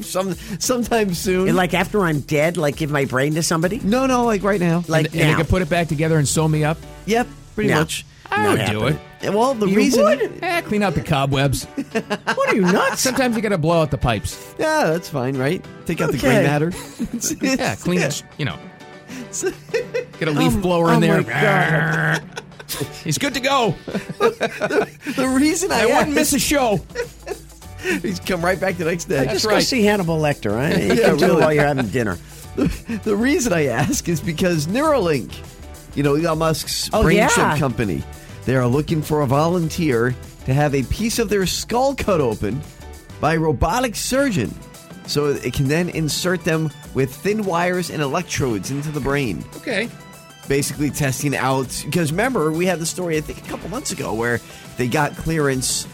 [SPEAKER 8] Some sometime soon.
[SPEAKER 4] and like after I'm dead, like give my brain to somebody.
[SPEAKER 8] no, no, like right now.
[SPEAKER 4] Like
[SPEAKER 3] and, and they
[SPEAKER 4] now.
[SPEAKER 3] could put it back together and sew me up?
[SPEAKER 8] yep, pretty
[SPEAKER 4] No.
[SPEAKER 8] much.
[SPEAKER 3] I
[SPEAKER 4] Not
[SPEAKER 3] would do
[SPEAKER 4] happening.
[SPEAKER 3] it.
[SPEAKER 8] And, Well, the
[SPEAKER 4] You
[SPEAKER 8] reason.
[SPEAKER 4] would?
[SPEAKER 3] Eh, clean out the cobwebs.
[SPEAKER 4] What are you nuts?
[SPEAKER 3] Sometimes you got to blow out the pipes.
[SPEAKER 8] Yeah, that's fine, right? Take out the gray
[SPEAKER 4] Okay.
[SPEAKER 8] matter.
[SPEAKER 3] Yeah, clean it. You know, get a leaf blower in
[SPEAKER 4] oh
[SPEAKER 3] there.
[SPEAKER 4] my God.
[SPEAKER 3] He's good to go.
[SPEAKER 8] The reason I,
[SPEAKER 3] I wouldn't miss
[SPEAKER 8] asked-
[SPEAKER 3] a show.
[SPEAKER 8] He's come right back the next day.
[SPEAKER 3] That's
[SPEAKER 4] Just go
[SPEAKER 3] right.
[SPEAKER 4] see Hannibal Lecter. Right? You
[SPEAKER 8] Yeah,
[SPEAKER 4] can do it
[SPEAKER 8] really.
[SPEAKER 4] while you're having dinner.
[SPEAKER 8] The reason I ask is because Neuralink, you know, Elon Musk's
[SPEAKER 4] Oh,
[SPEAKER 8] brain
[SPEAKER 4] yeah.
[SPEAKER 8] chip company, they are looking for a volunteer to have a piece of their skull cut open by a robotic surgeon so it can then insert them with thin wires and electrodes into the brain
[SPEAKER 3] Okay.
[SPEAKER 8] basically testing out because remember we had the story I think a couple months ago where they got clearance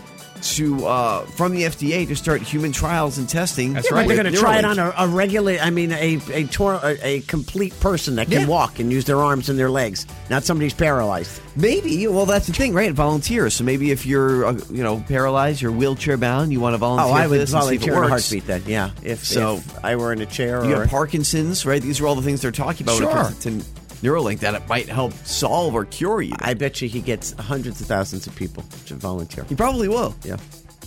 [SPEAKER 8] to uh, from the FDA to start human trials and testing.
[SPEAKER 3] That's
[SPEAKER 4] Yeah, but
[SPEAKER 3] right.
[SPEAKER 4] they're
[SPEAKER 3] with
[SPEAKER 4] going to try it on
[SPEAKER 8] Neuralink.
[SPEAKER 4] a, a regular, I mean, a a, tor- a a complete person that can
[SPEAKER 8] Yeah.
[SPEAKER 4] walk and use their arms and their legs, not somebody who's paralyzed.
[SPEAKER 8] maybe. Well, that's the thing, right? Volunteers. So maybe if you're uh, you know paralyzed, you're wheelchair bound, you want to volunteer.
[SPEAKER 4] Oh, I
[SPEAKER 8] for
[SPEAKER 4] would
[SPEAKER 8] this and see if it
[SPEAKER 4] volunteer in a
[SPEAKER 8] works.
[SPEAKER 4] heartbeat then. Yeah, if
[SPEAKER 8] So-
[SPEAKER 4] if I were in a chair
[SPEAKER 8] You
[SPEAKER 4] or
[SPEAKER 8] have Parkinson's, right? These are all the things they're talking about when
[SPEAKER 3] Sure.
[SPEAKER 8] it comes to Neuralink that it might help solve or cure you.
[SPEAKER 4] I bet you he gets hundreds of thousands of people to volunteer.
[SPEAKER 8] you probably will.
[SPEAKER 4] Yeah,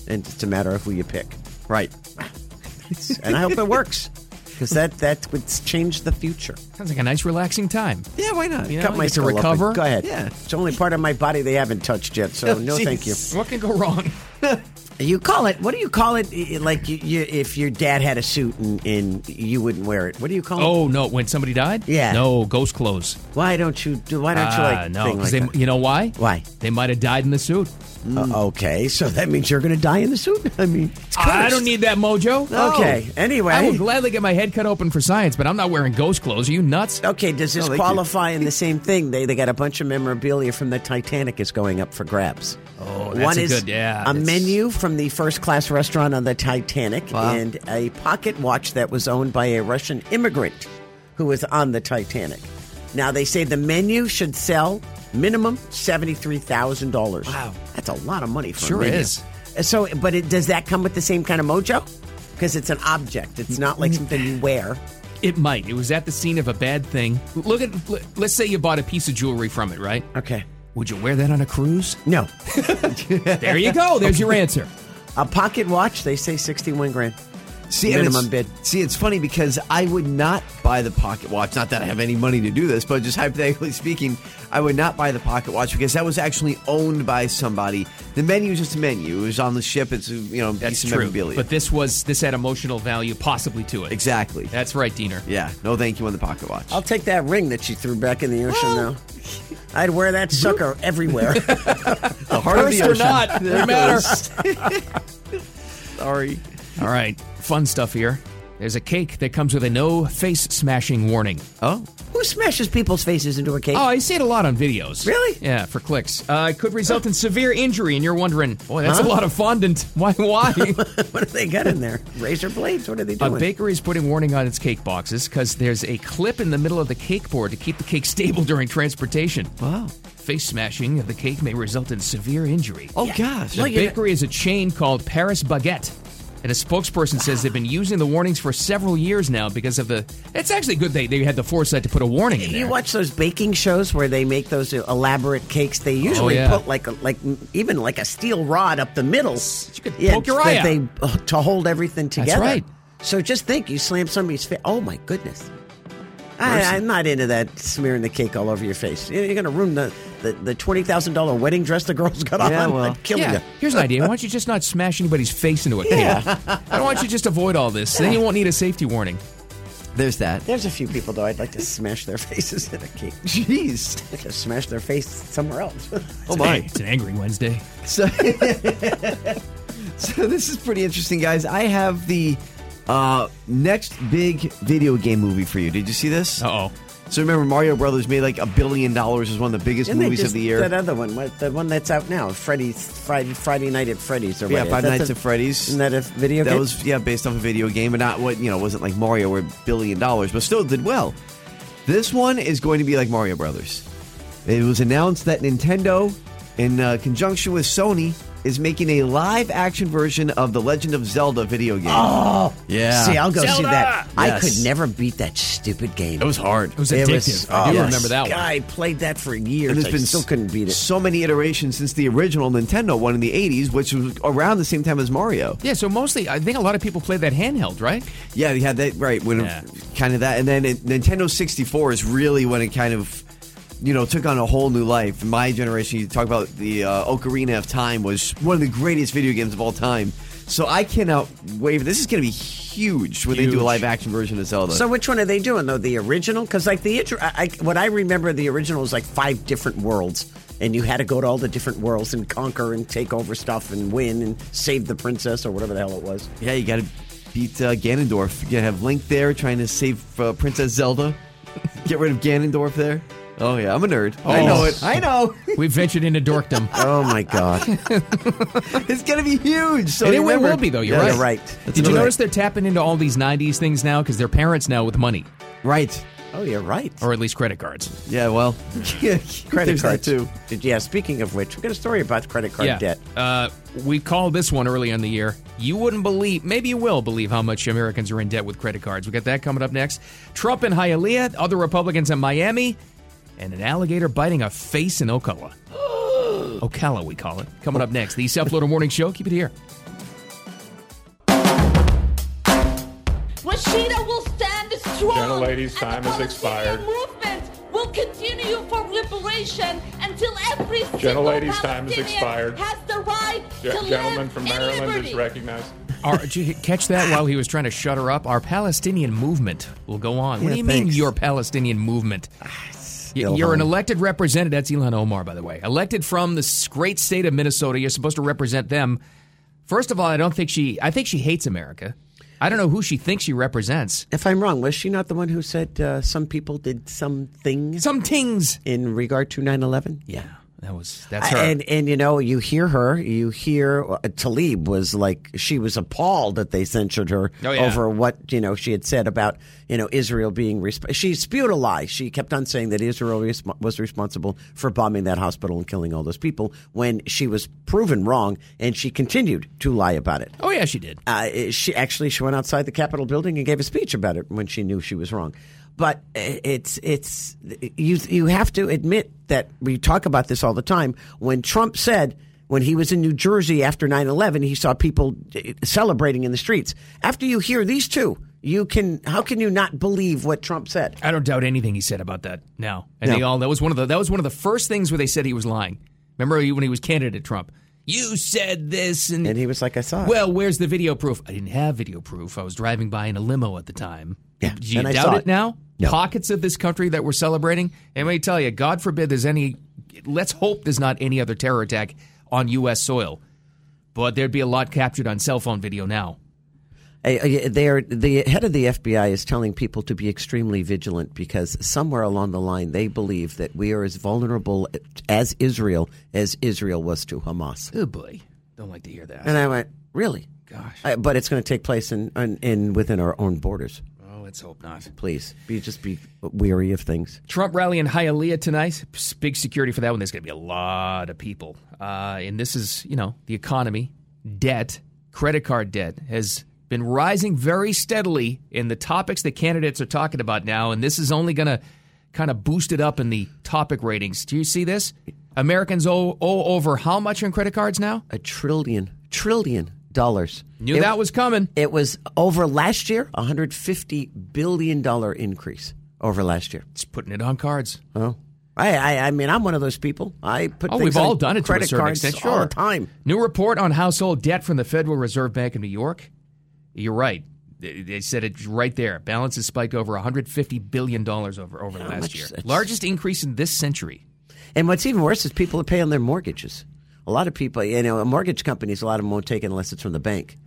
[SPEAKER 4] and it's a matter of who you pick.
[SPEAKER 8] Right.
[SPEAKER 4] And I hope it works because that that would change the future.
[SPEAKER 3] Sounds like a nice, relaxing time.
[SPEAKER 8] Yeah. Why not?
[SPEAKER 3] You know,
[SPEAKER 4] Cut
[SPEAKER 3] I
[SPEAKER 4] my
[SPEAKER 3] get to
[SPEAKER 4] skull open.
[SPEAKER 3] recover.
[SPEAKER 4] Go ahead.
[SPEAKER 8] Yeah.
[SPEAKER 4] it's the only part of my body they haven't touched yet. So
[SPEAKER 8] Oh,
[SPEAKER 4] no, thank you.
[SPEAKER 8] jeez.
[SPEAKER 3] What can go wrong?
[SPEAKER 4] You call it? What do you call it? i- i- Like you, you, if your dad had a suit and, and you wouldn't wear it, what do you call it?
[SPEAKER 3] Oh no! When somebody died?
[SPEAKER 4] Yeah.
[SPEAKER 3] No, ghost clothes.
[SPEAKER 4] Why don't you? do? Why don't you
[SPEAKER 3] Ah,
[SPEAKER 4] like?
[SPEAKER 3] no,
[SPEAKER 4] thing like
[SPEAKER 3] they, mm.
[SPEAKER 4] that?
[SPEAKER 3] you know why?
[SPEAKER 4] Why?
[SPEAKER 3] They might have died in the suit.
[SPEAKER 4] Uh, okay, so that means you're going to die in the suit. I mean, it's
[SPEAKER 3] I
[SPEAKER 4] cursed.
[SPEAKER 3] don't need that mojo.
[SPEAKER 4] No. Okay, anyway.
[SPEAKER 3] I will gladly get my head cut open for science, but I'm not wearing ghost clothes. Are you nuts?
[SPEAKER 4] Okay, does this
[SPEAKER 8] No, they
[SPEAKER 4] qualify in the same thing? They they got a bunch of memorabilia from the Titanic is going up for grabs. Oh,
[SPEAKER 3] that's
[SPEAKER 4] One
[SPEAKER 3] a
[SPEAKER 4] is
[SPEAKER 3] good- yeah,
[SPEAKER 4] a
[SPEAKER 3] that's-
[SPEAKER 4] menu from the first class restaurant on the Titanic
[SPEAKER 8] Wow.
[SPEAKER 4] and a pocket watch that was owned by a Russian immigrant who was on the Titanic. Now they say the menu should sell minimum seventy three thousand dollars.
[SPEAKER 3] Wow.
[SPEAKER 4] that's a lot of money for
[SPEAKER 3] Sure
[SPEAKER 4] a menu. Uh,
[SPEAKER 3] is.
[SPEAKER 4] So, but it, does that come with the same kind of mojo? Because it's an object. It's not like something you wear.
[SPEAKER 3] It might. It was at the scene of a bad thing. Look at. l- Let's say you bought a piece of jewelry from it, right?
[SPEAKER 4] Okay.
[SPEAKER 3] Would you wear that on a cruise?
[SPEAKER 4] No.
[SPEAKER 3] There you go. There's your answer.
[SPEAKER 4] A pocket watch, they say sixty-one grand.
[SPEAKER 8] See, and
[SPEAKER 4] Minimum
[SPEAKER 8] it's-
[SPEAKER 4] bid.
[SPEAKER 8] See, it's funny because I would not buy the pocket watch. Not that I have any money to do this, but just hypothetically speaking, I would not buy the pocket watch because that was actually owned by somebody. The menu is just a menu. It was on the ship. It's a, you know
[SPEAKER 3] That's
[SPEAKER 8] piece of
[SPEAKER 3] true.
[SPEAKER 8] memorabilia.
[SPEAKER 3] But this was this had emotional value, possibly to it.
[SPEAKER 8] exactly.
[SPEAKER 3] That's right, Diener.
[SPEAKER 8] yeah. No, thank you on the pocket watch.
[SPEAKER 4] I'll take that ring that she threw back in the ocean, though. I'd wear that sucker everywhere.
[SPEAKER 8] the heart of the
[SPEAKER 3] Cursed or
[SPEAKER 8] ocean.
[SPEAKER 3] not, doesn't
[SPEAKER 8] There it
[SPEAKER 3] matter.
[SPEAKER 8] goes. Sorry.
[SPEAKER 3] All right, fun stuff here. There's a cake that comes with a no face smashing warning.
[SPEAKER 8] Oh,
[SPEAKER 4] Who smashes people's faces into a cake?
[SPEAKER 3] Oh, I see it a lot on videos.
[SPEAKER 4] Really?
[SPEAKER 3] Yeah, for clicks. Uh, it could result in severe injury, and you're wondering, boy, that's a lot of fondant. Why? Why?
[SPEAKER 4] what have they got in there? Razor blades? What are they
[SPEAKER 3] a
[SPEAKER 4] doing?
[SPEAKER 3] bakery is putting warning on its cake boxes because there's a clip in the middle of the cake board to keep the cake stable during transportation.
[SPEAKER 8] wow.
[SPEAKER 3] Face smashing of the cake may result in severe injury.
[SPEAKER 8] Oh gosh.
[SPEAKER 3] The bakery is a chain called Paris Baguette. And a spokesperson says they've been using the warnings for several years now because of the. It's actually good they, they had the foresight to put a warning in there.
[SPEAKER 4] You watch those baking shows where they make those elaborate cakes. They usually
[SPEAKER 3] Oh, yeah.
[SPEAKER 4] put like a, like even like a steel rod up the middle.
[SPEAKER 3] You could poke your
[SPEAKER 4] that
[SPEAKER 3] eye out.
[SPEAKER 4] They uh, to hold everything together.
[SPEAKER 3] right.
[SPEAKER 4] So just think, you slam somebody's face. Oh my goodness! I, I'm not into that smearing the cake all over your face. You're going to ruin the the, the twenty thousand dollar wedding dress the girls got
[SPEAKER 8] Yeah,
[SPEAKER 4] on.
[SPEAKER 8] well.
[SPEAKER 4] That'd kill
[SPEAKER 3] yeah,
[SPEAKER 4] you.
[SPEAKER 3] here's an idea. Why don't you just not smash anybody's face into a cake? Why don't you just avoid all this? Then you won't need a safety warning.
[SPEAKER 8] There's that.
[SPEAKER 4] There's a few people though I'd like to smash their faces in a cake.
[SPEAKER 8] Jeez.
[SPEAKER 4] I'd like to smash their face somewhere else.
[SPEAKER 8] Oh my.
[SPEAKER 3] It's an angry Wednesday.
[SPEAKER 8] So, so this is pretty interesting, guys. I have the uh, next big video game movie for you. Did you see this?
[SPEAKER 3] Uh oh.
[SPEAKER 8] So remember, Mario Brothers made like a billion dollars. Is one of the biggest
[SPEAKER 4] Didn't they
[SPEAKER 8] movies
[SPEAKER 4] just-
[SPEAKER 8] of the year.
[SPEAKER 4] That other one, what- the one that's out now, Freddy's Friday, Friday Night at Freddy's, or
[SPEAKER 8] yeah,
[SPEAKER 4] what?
[SPEAKER 8] Five
[SPEAKER 4] That's
[SPEAKER 8] Nights
[SPEAKER 4] a-
[SPEAKER 8] at Freddy's.
[SPEAKER 4] Isn't that a video
[SPEAKER 8] That
[SPEAKER 4] game?
[SPEAKER 8] was yeah, based off a video game, but not what you know wasn't like Mario or billion dollars, but still did well. This one is going to be like Mario Brothers. It was announced that Nintendo in uh, conjunction with Sony, is making a live action version of the Legend of Zelda video game. Oh, yeah.
[SPEAKER 4] See, I'll go see
[SPEAKER 3] Zelda!
[SPEAKER 4] that. I
[SPEAKER 8] Yes.
[SPEAKER 4] could never beat that stupid game.
[SPEAKER 8] it was hard.
[SPEAKER 3] It was addictive. I do
[SPEAKER 8] yes.
[SPEAKER 3] remember that one.
[SPEAKER 4] I played that for years.
[SPEAKER 8] And there's
[SPEAKER 4] I
[SPEAKER 8] been
[SPEAKER 4] still couldn't beat it.
[SPEAKER 8] So many iterations since the original Nintendo one in the 80s, which was around the same time as Mario.
[SPEAKER 3] Yeah, so mostly, I think a lot of people play that handheld, right?
[SPEAKER 8] Yeah, they had that right when
[SPEAKER 3] Yeah.
[SPEAKER 8] kind of that, and then it, Nintendo 64 is really when it kind of you know took on a whole new life. My generation, you talk about the uh, Ocarina of Time was one of the greatest video games of all time. So I cannot wait. This is going to be huge when they do
[SPEAKER 3] Huge.
[SPEAKER 8] a live action version of Zelda.
[SPEAKER 4] So which one are they doing though? The original? Because like the intro, I, I, what I remember the original was like five different worlds, and you had to go to all the different worlds and conquer and take over stuff and win and save the princess or whatever the hell it was.
[SPEAKER 8] yeah, you got to beat uh, Ganondorf. You gotta have Link there trying to save uh, Princess Zelda. Get rid of Ganondorf there. Oh yeah, I'm a nerd. I know it.
[SPEAKER 4] I know.
[SPEAKER 3] We've ventured into dorkdom.
[SPEAKER 4] oh my god.
[SPEAKER 8] It's gonna be huge. So
[SPEAKER 3] And it
[SPEAKER 8] remember-
[SPEAKER 3] will be, though. You're
[SPEAKER 8] Yeah,
[SPEAKER 3] right.
[SPEAKER 4] you're right.
[SPEAKER 8] That's
[SPEAKER 3] Did you
[SPEAKER 8] another-
[SPEAKER 3] notice they're tapping into all these 90s things now? Because they're parents now with money,
[SPEAKER 8] Right.
[SPEAKER 4] Oh, you're right.
[SPEAKER 3] or at least credit cards.
[SPEAKER 8] Yeah, well,
[SPEAKER 4] credit
[SPEAKER 8] credit card
[SPEAKER 4] card
[SPEAKER 8] too.
[SPEAKER 4] Did, yeah. Speaking of which, we got a story about credit card debt.
[SPEAKER 3] Uh, we called this one early in the year. You wouldn't believe, maybe you will believe how much Americans are in debt with credit cards. We got that coming up next. Trump in Hialeah, other Republicans in Miami, and an alligator biting a face in Ocala. Ocala, we call it. Coming up next, the South Florida Morning Show. Keep it here.
[SPEAKER 5] Rashida will stand strong.
[SPEAKER 9] Gentle ladies,
[SPEAKER 5] and the
[SPEAKER 9] time has
[SPEAKER 5] Palestinian
[SPEAKER 9] expired.
[SPEAKER 5] movement will continue for liberation until every Gentle single
[SPEAKER 9] Gentle ladies, time has
[SPEAKER 5] Palestinian
[SPEAKER 9] expired.
[SPEAKER 5] has the right
[SPEAKER 9] Ge-
[SPEAKER 5] to
[SPEAKER 9] gentleman
[SPEAKER 5] live
[SPEAKER 9] from
[SPEAKER 5] in
[SPEAKER 9] Maryland
[SPEAKER 5] liberty.
[SPEAKER 9] is recognized.
[SPEAKER 3] Our, did you catch that while he was trying to shut her up? Our Palestinian movement will go on. what
[SPEAKER 8] Yeah,
[SPEAKER 3] do you mean,
[SPEAKER 8] thanks.
[SPEAKER 3] your Palestinian movement? Y- You're an elected representative. That's Elon Omar, by the way. Elected from this great state of Minnesota. You're supposed to represent them. First of all, I don't think she. I think she hates America. I don't know who she thinks she represents.
[SPEAKER 4] If I'm wrong, was she not the one who said uh, some people did something
[SPEAKER 3] Some tings.
[SPEAKER 4] in regard to 9/11?
[SPEAKER 3] Yeah, that was that's her.
[SPEAKER 4] And and you know you hear her, you hear uh, Talib was like she was appalled that they censured her
[SPEAKER 3] Oh, yeah.
[SPEAKER 4] over what you know she had said about you know Israel being resp- she spewed a lie. She kept on saying that Israel res- was responsible for bombing that hospital and killing all those people when she was proven wrong, and she continued to lie about it
[SPEAKER 3] oh yeah, she did.
[SPEAKER 4] uh, she actually she went outside the Capitol building and gave a speech about it when she knew she was wrong. But uh, it's it's you you have to admit that we talk about this all the time. When Trump said when he was in New Jersey after 9-11, he saw people uh, celebrating in the streets. After you hear these two, you can how can you not believe what Trump said?
[SPEAKER 3] I don't doubt anything he said about that now. And they all that was one of the that was one of the first things where they said he was lying. Remember when he was candidate Trump? You said this and,
[SPEAKER 4] And he was like, I saw it.
[SPEAKER 3] Well, where's the video proof? I didn't have video proof. I was driving by in a limo at the time.
[SPEAKER 4] Yeah,
[SPEAKER 3] Do you
[SPEAKER 4] and I
[SPEAKER 3] doubt
[SPEAKER 4] saw
[SPEAKER 3] it,
[SPEAKER 4] it.
[SPEAKER 3] now?
[SPEAKER 4] No.
[SPEAKER 3] Pockets of this country that we're celebrating. And let me tell you, God forbid there's any let's hope there's not any other terror attack on US soil. But there'd be a lot captured on cell phone video now.
[SPEAKER 4] Uh, they are, the head of the FBI is telling people to be extremely vigilant because somewhere along the line they believe that we are as vulnerable as Israel as Israel was to Hamas.
[SPEAKER 3] Oh boy. Don't like to hear that.
[SPEAKER 4] And I went, really?
[SPEAKER 3] Gosh.
[SPEAKER 4] Uh, but it's going to take place in, in, in within our own borders.
[SPEAKER 3] oh, let's hope not.
[SPEAKER 4] Please, be just be weary of things.
[SPEAKER 3] Trump rally in Hialeah tonight. S- Big security for that one. There's going to be a lot of people. Uh, and this is, you know, the economy, debt, credit card debt has been rising very steadily in the topics that candidates are talking about now. And this is only going to kind of boost it up in the topic ratings. Do you see this? Americans owe, owe over how much in credit cards now?
[SPEAKER 4] A trillion, trillion dollars.
[SPEAKER 3] Knew
[SPEAKER 4] it,
[SPEAKER 3] that was coming.
[SPEAKER 4] It was over last year, a hundred fifty billion dollar increase over last year.
[SPEAKER 3] It's putting it on cards.
[SPEAKER 4] Oh. I, I I mean I'm one of those people. I put
[SPEAKER 3] Oh,
[SPEAKER 4] things
[SPEAKER 3] we've
[SPEAKER 4] on
[SPEAKER 3] all done it to a
[SPEAKER 4] credit
[SPEAKER 3] certain
[SPEAKER 4] cards
[SPEAKER 3] extent.
[SPEAKER 4] all
[SPEAKER 3] sure.
[SPEAKER 4] the time.
[SPEAKER 3] New report on household debt from the Federal Reserve Bank of New York. You're right. They they said it right there. Balances spiked over 150 billion dollars over over last
[SPEAKER 4] much-
[SPEAKER 3] year,
[SPEAKER 4] that's-
[SPEAKER 3] largest increase in this century.
[SPEAKER 4] And what's even worse is people are paying their mortgages. A lot of people, you know, mortgage companies, a lot of them won't take it unless it's from the bank.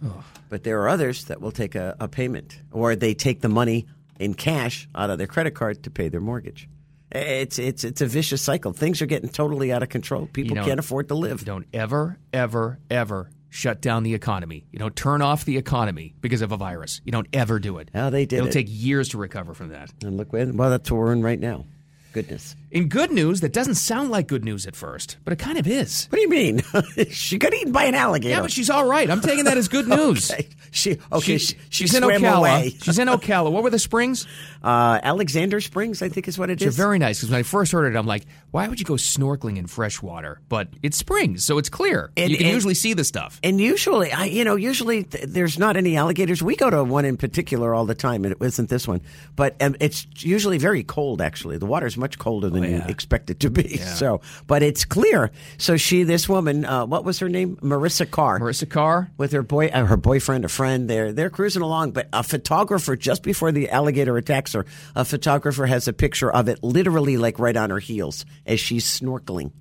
[SPEAKER 4] But there are others that will take a, a payment, or they take the money in cash out of their credit card to pay their mortgage. It's it's it's a vicious cycle. Things are getting totally out of control. People
[SPEAKER 3] don't-
[SPEAKER 4] can't afford to live.
[SPEAKER 3] You don't ever, ever, ever shut down the economy. You don't turn off the economy because of a virus. You don't ever do it.
[SPEAKER 4] Oh, they did
[SPEAKER 3] It'll
[SPEAKER 4] it.
[SPEAKER 3] take years to recover from that.
[SPEAKER 4] And look, well, that's what we're in right now. Goodness.
[SPEAKER 3] In good news, that doesn't sound like good news at first, but it kind of is.
[SPEAKER 4] What do you mean? she got eaten by an alligator.
[SPEAKER 3] Yeah, but she's all right. I'm taking that as good news.
[SPEAKER 4] Okay. She okay. She, she
[SPEAKER 3] she's in
[SPEAKER 4] swam
[SPEAKER 3] Ocala.
[SPEAKER 4] away.
[SPEAKER 3] She's in Ocala. What were the springs?
[SPEAKER 4] Uh, Alexander Springs, I think, is what it
[SPEAKER 3] They're
[SPEAKER 4] is.
[SPEAKER 3] very nice because when I first heard it, I'm like, why would you go snorkeling in fresh water? But it's springs, so it's clear.
[SPEAKER 4] And-
[SPEAKER 3] you can
[SPEAKER 4] and-
[SPEAKER 3] usually see the stuff.
[SPEAKER 4] and usually, I you know, usually th- there's not any alligators. We go to one in particular all the time, and it wasn't this one. But um, it's usually very cold. Actually, the water's much colder
[SPEAKER 3] Oh,
[SPEAKER 4] than you expect it to be. So, but it's clear. So she, this woman, uh, what was her name? Marissa Carr.
[SPEAKER 3] Marissa Carr.
[SPEAKER 4] with her boy, uh, her boyfriend, a friend. They're they're cruising along, but a photographer just before the alligator attacks her, a photographer has a picture of it literally like right on her heels as she's snorkeling.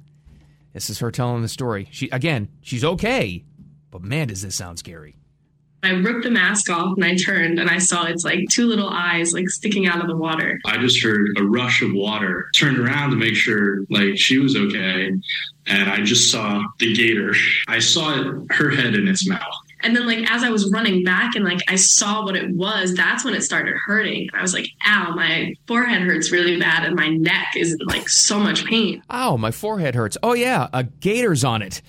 [SPEAKER 3] This is her telling the story. She again, she's okay, but man, does this sound scary.
[SPEAKER 9] I ripped the mask off and I turned and I saw it's like two little eyes like sticking out of the water. I just heard a rush of water. Turned around to make sure like she was okay, and I just saw the gator. I saw it, her head in its mouth. And then like as I was running back and like I saw what it was, that's when it started hurting. I was like, "Ow, my forehead hurts really bad and my neck is in, like so much pain."
[SPEAKER 3] Ow, my forehead hurts. Oh yeah, a gator's on it.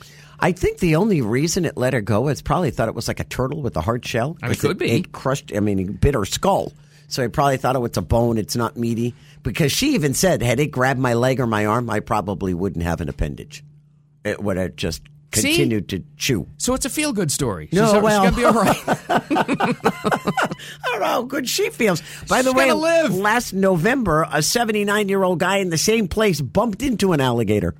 [SPEAKER 4] I think the only reason it let her go is probably thought it was like a turtle with a hard shell.
[SPEAKER 3] I mean, it could be.
[SPEAKER 4] It crushed. I mean, it bit her skull. So he probably thought, oh, it's a bone. It's not meaty. Because she even said, had it grabbed my leg or my arm, I probably wouldn't have an appendage. It would have just
[SPEAKER 3] See?
[SPEAKER 4] continued to chew.
[SPEAKER 3] So it's a feel good story.
[SPEAKER 4] No,
[SPEAKER 3] she's,
[SPEAKER 4] well.
[SPEAKER 3] she's gonna be all right.
[SPEAKER 4] I don't know how good she feels. By the
[SPEAKER 3] She's
[SPEAKER 4] way,
[SPEAKER 3] gonna live.
[SPEAKER 4] last November, a 79 year old guy in the same place bumped into an alligator.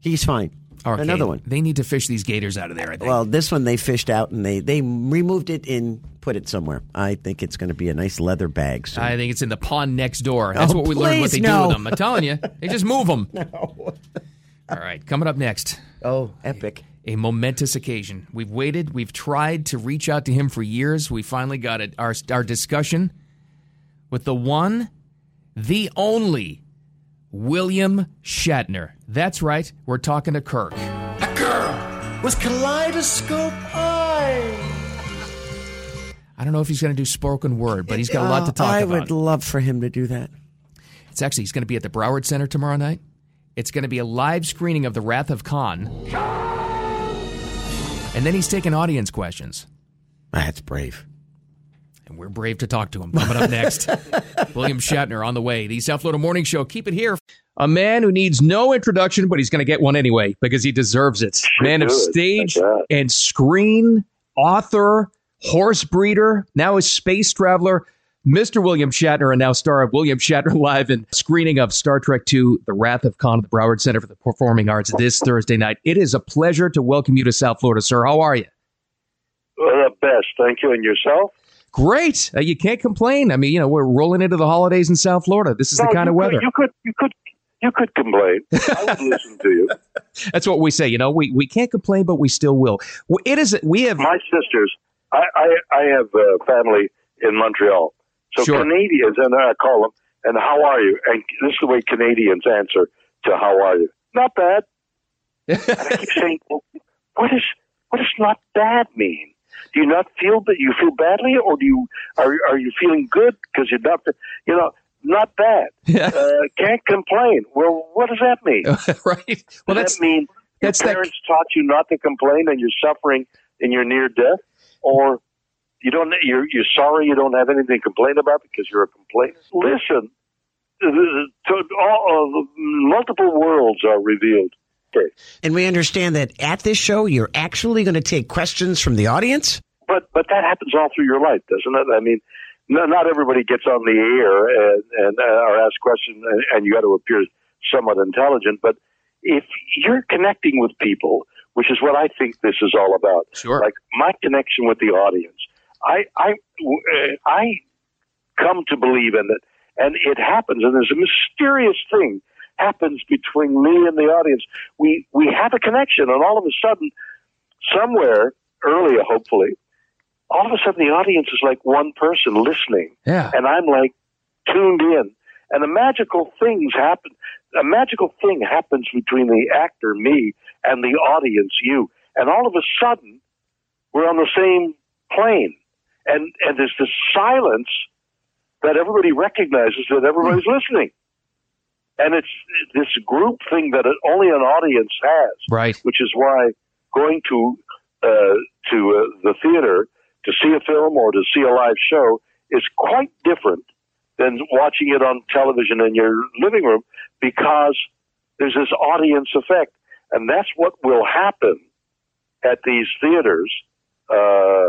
[SPEAKER 4] He's fine.
[SPEAKER 3] Okay,
[SPEAKER 4] Another one.
[SPEAKER 3] They need to fish these gators out of there. I think.
[SPEAKER 4] Well, this one they fished out and they, they removed it and put it somewhere. I think it's going to be a nice leather bag. So.
[SPEAKER 3] I think it's in the pond next door. That's
[SPEAKER 4] Oh,
[SPEAKER 3] what we learned what they
[SPEAKER 4] please,
[SPEAKER 3] do
[SPEAKER 4] no.
[SPEAKER 3] with them. I'm telling you, they just move them. All right, coming up next,
[SPEAKER 4] oh, epic.
[SPEAKER 3] a momentous occasion. We've waited, we've tried to reach out to him for years. We finally got it. Our, our discussion with the one, the only William Shatner. That's right, we're talking to Kirk.
[SPEAKER 6] A girl with kaleidoscope eyes.
[SPEAKER 3] I don't know if he's going to do spoken word, but he's got a lot to talk
[SPEAKER 4] Oh, I
[SPEAKER 3] about.
[SPEAKER 4] would love for him to do that.
[SPEAKER 3] It's actually he's going to be at the Broward Center tomorrow night. It's going to be a live screening of The Wrath of Khan. And then he's taking audience questions.
[SPEAKER 4] That's brave.
[SPEAKER 3] And we're brave to talk to him. Coming up next, William Shatner on the way. The South Florida Morning Show. Keep it here. A man who needs no introduction, but he's going to get one anyway because he deserves it. Man of stage and screen, author, horse breeder, now a space traveler. Mr. William Shatner, and now star of William Shatner Live and screening of Star Trek II, The Wrath of Khan at the Broward Center for the Performing Arts this Thursday night. It is a pleasure to welcome you to South Florida, sir. How are you?
[SPEAKER 10] Well, the best. Thank you. And yourself?
[SPEAKER 3] great. Uh, you can't complain. I mean, you know, we're rolling into the holidays in South Florida. This is the
[SPEAKER 10] No,
[SPEAKER 3] kind
[SPEAKER 10] you
[SPEAKER 3] of weather.
[SPEAKER 10] Could, you could, you could, you could complain. I would listen to you.
[SPEAKER 3] That's what we say. You know, we, we can't complain, but we still will. W- It is. We have.
[SPEAKER 10] My sisters, I, I, I have uh family in Montreal, so
[SPEAKER 3] Sure.
[SPEAKER 10] Canadians, and I call them, and how are you? And this is the way Canadians answer to how are you? Not bad. and I keep saying, well, what is what does not bad mean? Do you not feel that you feel badly, or do you are are you feeling good because you're not, you know, not bad? Uh, can't complain. Well, what does that mean?
[SPEAKER 3] right. Well,
[SPEAKER 10] Does
[SPEAKER 3] that's.
[SPEAKER 10] that mean
[SPEAKER 3] that's that-
[SPEAKER 10] your parents taught you not to complain and you're suffering and you're near death, or you don't you're you're sorry you don't have anything to complain about because you're a complainer. Listen, to all, uh, multiple worlds are revealed. Okay.
[SPEAKER 4] And we understand that at this show, you're actually going to take questions from the audience.
[SPEAKER 10] But but that happens all through your life, doesn't it? I mean, no, not everybody gets on the air and and uh, are asked questions, and, and you got to appear somewhat intelligent. But if you're connecting with people, which is what I think this is all about,
[SPEAKER 3] Sure.
[SPEAKER 10] like my connection with the audience, I I uh, I come to believe in it, and it happens, and there's a mysterious thing happens between me and the audience. We we have a connection, and all of a sudden, somewhere earlier, hopefully, all of a sudden the audience is like one person listening,
[SPEAKER 3] Yeah.
[SPEAKER 10] and I'm like tuned in, and a magical things happen. A magical thing happens between the actor, me, and the audience, you, and all of a sudden we're on the same plane, and and there's this silence that everybody recognizes that everybody's listening. and it's this group thing that it, only an audience has,
[SPEAKER 3] right?
[SPEAKER 10] Which is why going to uh, to uh, the theater to see a film or to see a live show is quite different than watching it on television in your living room because there's this audience effect, and that's what will happen at these theaters uh, uh,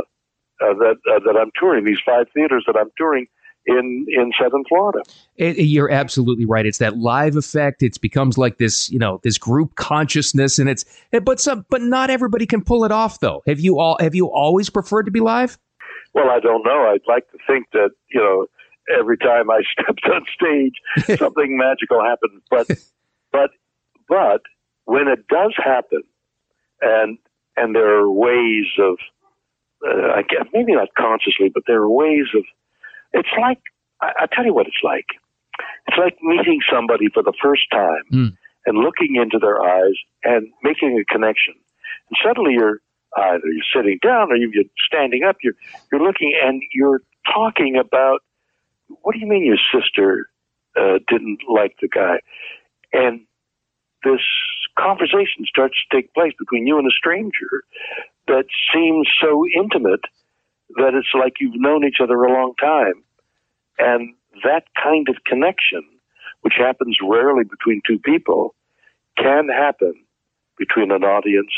[SPEAKER 10] that uh, that I'm touring. These five theaters that I'm touring in in Southern Florida.
[SPEAKER 3] It, eh, you're absolutely right. It's that live effect. It becomes like this, you know, this group consciousness, and it's eh, but some, but not everybody can pull it off, though. Have you all? Have you always preferred to be live?
[SPEAKER 10] Well, I don't know. I'd like to think that you know every time I stepped on stage, something magical happened. But but but when it does happen, and and there are ways of, uh, I guess maybe not consciously, but there are ways of. It's like I, I tell you what it's like. It's like meeting somebody for the first time and looking into their eyes and making a connection. And suddenly you're either you're sitting down or you're standing up. You're you're looking and you're talking about what do you mean your sister uh, didn't like the guy? And this conversation starts to take place between you and a stranger that seems so intimate that it's like you've known each other a long time. And that kind of connection, which happens rarely between two people, can happen between an audience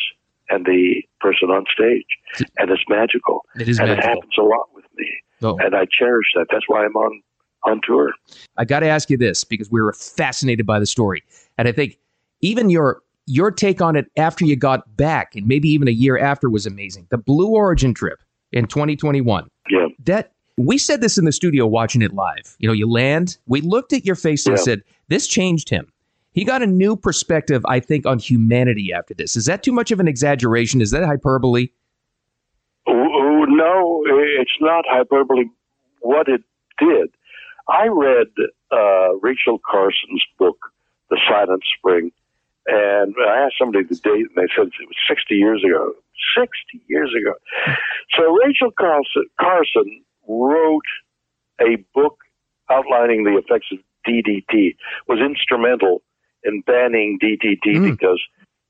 [SPEAKER 10] and the person on stage. And it's magical.
[SPEAKER 3] It is
[SPEAKER 10] and it
[SPEAKER 3] magical.
[SPEAKER 10] happens a lot with me.
[SPEAKER 3] Oh.
[SPEAKER 10] And I cherish that. That's why I'm on, on tour.
[SPEAKER 3] I got to ask you this because we were fascinated by the story, and I think even your your take on it after you got back, and maybe even a year after, was amazing. The Blue Origin trip in 2021.
[SPEAKER 10] Yeah.
[SPEAKER 3] That we said this in the studio watching it live. You know, you land. We looked at your face and
[SPEAKER 10] Yeah.
[SPEAKER 3] said, "This changed him." He got a new perspective, I think, on humanity after this. Is that too much of an exaggeration? Is that hyperbole?
[SPEAKER 10] Oh, oh, No, it's not hyperbole. What it did, I read uh, Rachel Carson's book, The Silent Spring, and I asked somebody the date, and they said it was 60 years ago. 60 years ago. So Rachel Carson, Carson wrote a book outlining the effects of DDT, was instrumental in banning DDT because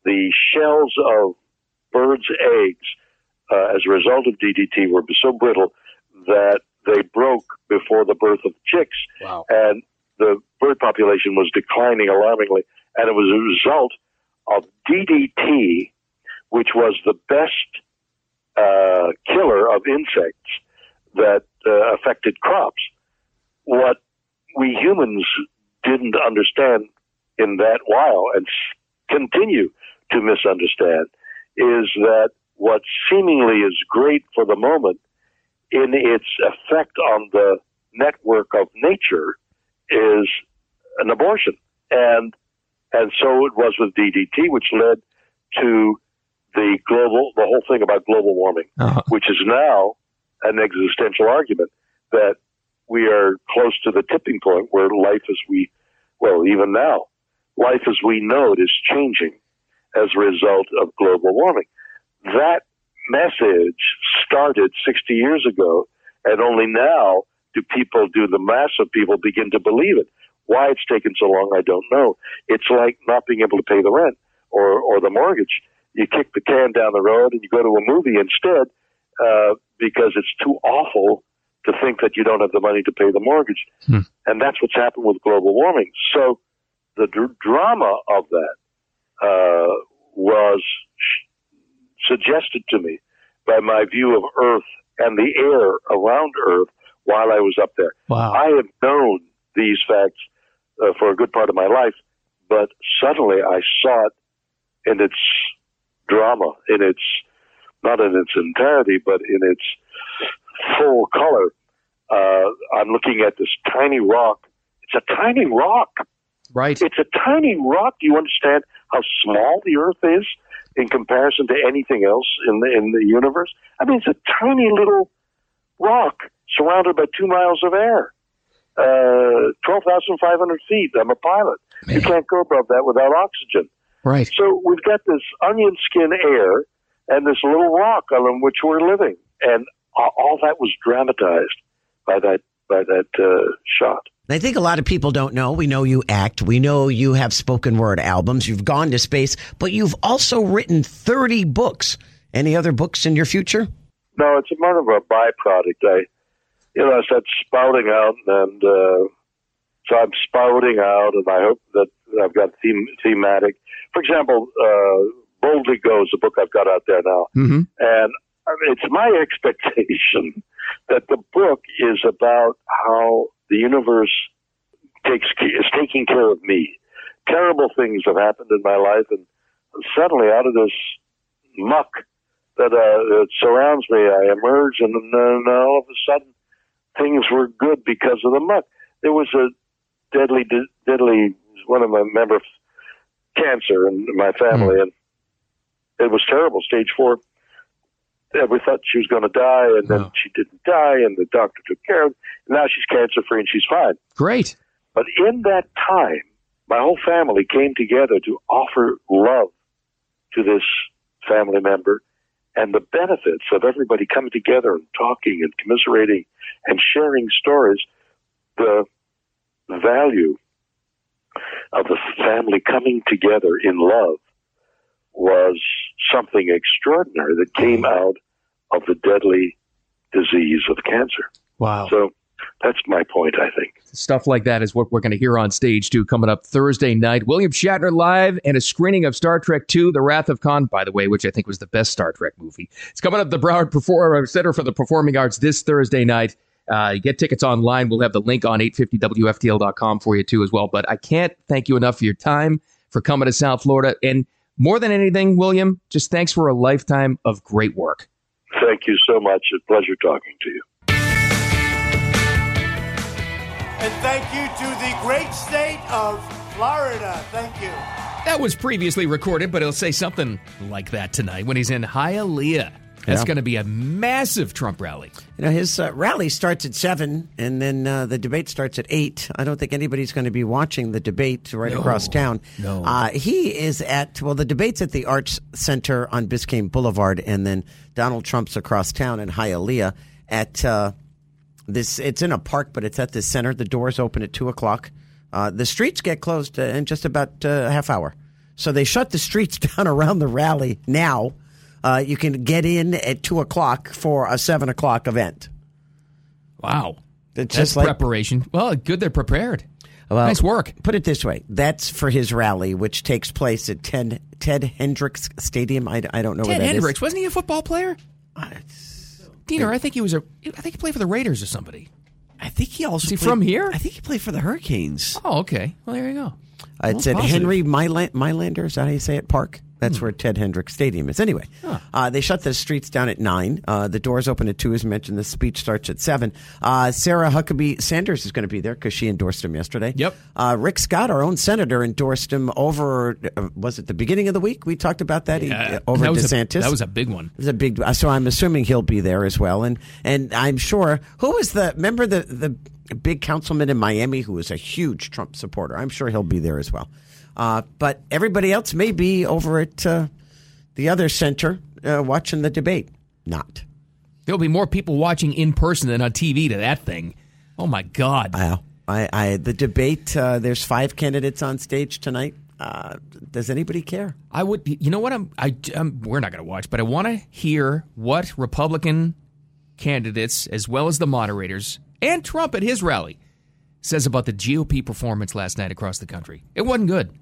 [SPEAKER 10] the shells of birds' eggs uh, as a result of DDT were so brittle that they broke before the birth of chicks, and the bird population was declining alarmingly, and it was a result of DDT, which was the best uh, killer of insects that uh, affected crops. What we humans didn't understand in that while and s- continue to misunderstand is that what seemingly is great for the moment in its effect on the network of nature is an abortion. And and so it was with DDT, which led to the global the whole thing about global warming, which is now an existential argument that we are close to the tipping point where life as we well, even now, life as we know it is changing as a result of global warming that message started 60 years ago, and only now do people, do the mass of people begin to believe it. Why it's taken so long, I don't know. It's like not being able to pay the rent or, or the mortgage. You kick the can down the road and you go to a movie instead uh, because it's too awful to think that you don't have the money to pay the mortgage. And that's what's happened with global warming. So the dr- drama of that uh, was suggested to me by my view of Earth and the air around Earth while I was up there.
[SPEAKER 3] Wow.
[SPEAKER 10] I have known these facts uh, for a good part of my life, but suddenly I saw it in its drama, in its not in its entirety, but in its full color. Uh, I'm looking at this tiny rock. It's a tiny rock.
[SPEAKER 3] Right.
[SPEAKER 10] It's a tiny rock. Do you understand how small the Earth is in comparison to anything else in the in the universe? I mean, it's a tiny little rock surrounded by two miles of air, uh, twelve thousand five hundred feet. I'm a pilot. You can't go above that without oxygen.
[SPEAKER 3] Right.
[SPEAKER 10] So we've got this onion skin air and this little rock on which we're living, and a- all that was dramatized by that by that uh, shot.
[SPEAKER 4] And I think a lot of people don't know. We know you act. We know you have spoken word albums. You've gone to space, but you've also written 30 books. Any other books in your future?
[SPEAKER 10] No, it's more of a byproduct. I, you know, I said spouting out, and uh, so I'm spouting out, and I hope that I've got theme, thematic. For example, uh, Boldly Goes, the book I've got out there now,
[SPEAKER 11] Mm-hmm.
[SPEAKER 10] and I mean, it's my expectation that the book is about how the universe takes ca- is taking care of me. Terrible things have happened in my life, and suddenly out of this muck that, uh, that surrounds me, I emerge, and then uh, now all of a sudden things were good because of the muck. There was a deadly, di- deadly one of my member cancer in my family, and it was terrible, stage four. Yeah, we thought she was going to die, and then she didn't die, and the doctor took care of. It. And now she's cancer free and she's fine.
[SPEAKER 3] Great.
[SPEAKER 10] But in that time, my whole family came together to offer love to this family member and the benefits of everybody coming together and talking and commiserating and sharing stories, the value of the family coming together in love was something extraordinary that came out of the deadly disease of cancer.
[SPEAKER 3] Wow.
[SPEAKER 10] So that's my point, I think.
[SPEAKER 3] Stuff like that is what we're going to hear on stage too coming up Thursday night. William Shatner live and a screening of Star Trek II: The Wrath of Khan, by the way, which I think was the best Star Trek movie. It's coming up at the Broward Perform- uh, Center for the Performing Arts this Thursday night. Uh, get tickets online. We'll have the link on 850wftl.com for you too as well. But I can't thank you enough for your time for coming to South Florida and more than anything, William, just thanks for a lifetime of great work.
[SPEAKER 10] Thank you so much. A pleasure talking to you.
[SPEAKER 12] And thank you to the great state of Florida. Thank you.
[SPEAKER 3] That was previously recorded, but he'll say something like that tonight when he's in Hialeah. That's
[SPEAKER 4] Yeah.
[SPEAKER 3] going to be a massive Trump rally.
[SPEAKER 4] You know, his uh, rally starts at 7, and then uh, the debate starts at 8. I don't think anybody's going to be watching the debate right
[SPEAKER 3] No.
[SPEAKER 4] across town.
[SPEAKER 3] No.
[SPEAKER 4] Uh, he is at, well, the debate's at the Arts Center on Biscayne Boulevard, and then Donald Trump's across town in Hialeah at uh, this, it's in a park, but it's at the center. The doors open at 2 o'clock. Uh, the streets get closed uh, in just about uh, a half hour. So they shut the streets down around the rally now. Uh, you can get in at 2 o'clock for a 7 o'clock event.
[SPEAKER 3] Wow. That's
[SPEAKER 4] It's just like- Oh,
[SPEAKER 3] preparation. Well, good they're prepared.
[SPEAKER 4] Well,
[SPEAKER 3] nice work.
[SPEAKER 4] Put it this way: that's for his rally, which takes place at Ted, Ted Hendricks Stadium. I, I don't know where
[SPEAKER 3] Ted
[SPEAKER 4] that is. Uh,
[SPEAKER 3] Hendricks, wasn't he a football player? Diener, I think he was a. I think he played for the Raiders or somebody.
[SPEAKER 8] I think he also
[SPEAKER 3] is he
[SPEAKER 8] played-
[SPEAKER 3] from here?
[SPEAKER 8] I think he played for the Hurricanes.
[SPEAKER 3] Oh, okay. Well, there you go.
[SPEAKER 4] Uh, it's at
[SPEAKER 3] Well, positive. Hmm.
[SPEAKER 4] Henry Myla- Mylander. Is that how you say it? Park. That's where Ted Hendricks Stadium is. Anyway, uh, they shut the streets down at nine. Uh, the doors open at two, as mentioned. The speech starts at seven. Uh, Sarah Huckabee Sanders is going to be there because she endorsed him yesterday. Yep. Uh, Rick Scott, our own senator, endorsed him over. Uh, was it the beginning of the week? We talked about that. He-
[SPEAKER 3] Yeah,
[SPEAKER 4] uh, over
[SPEAKER 3] that was a-
[SPEAKER 4] DeSantis.
[SPEAKER 3] that was a big one.
[SPEAKER 4] It was a big. So I'm assuming he'll be there as well, and and I'm sure who was the remember the the big councilman in Miami who was a huge Trump supporter. I'm sure he'll be there as well. Uh, but everybody else may be over at uh, the other center uh, watching the debate. Not.
[SPEAKER 3] There'll be more people watching in person than on TV to that thing. Oh my God!
[SPEAKER 4] Wow. I, I the debate. Uh, there's five candidates on stage tonight. Uh, does anybody care?
[SPEAKER 3] I would. You know what? I'm. I. am we're not going to watch, but I want to hear what Republican candidates, as well as the moderators and Trump at his rally, says about the GOP performance last night across the country. It wasn't good.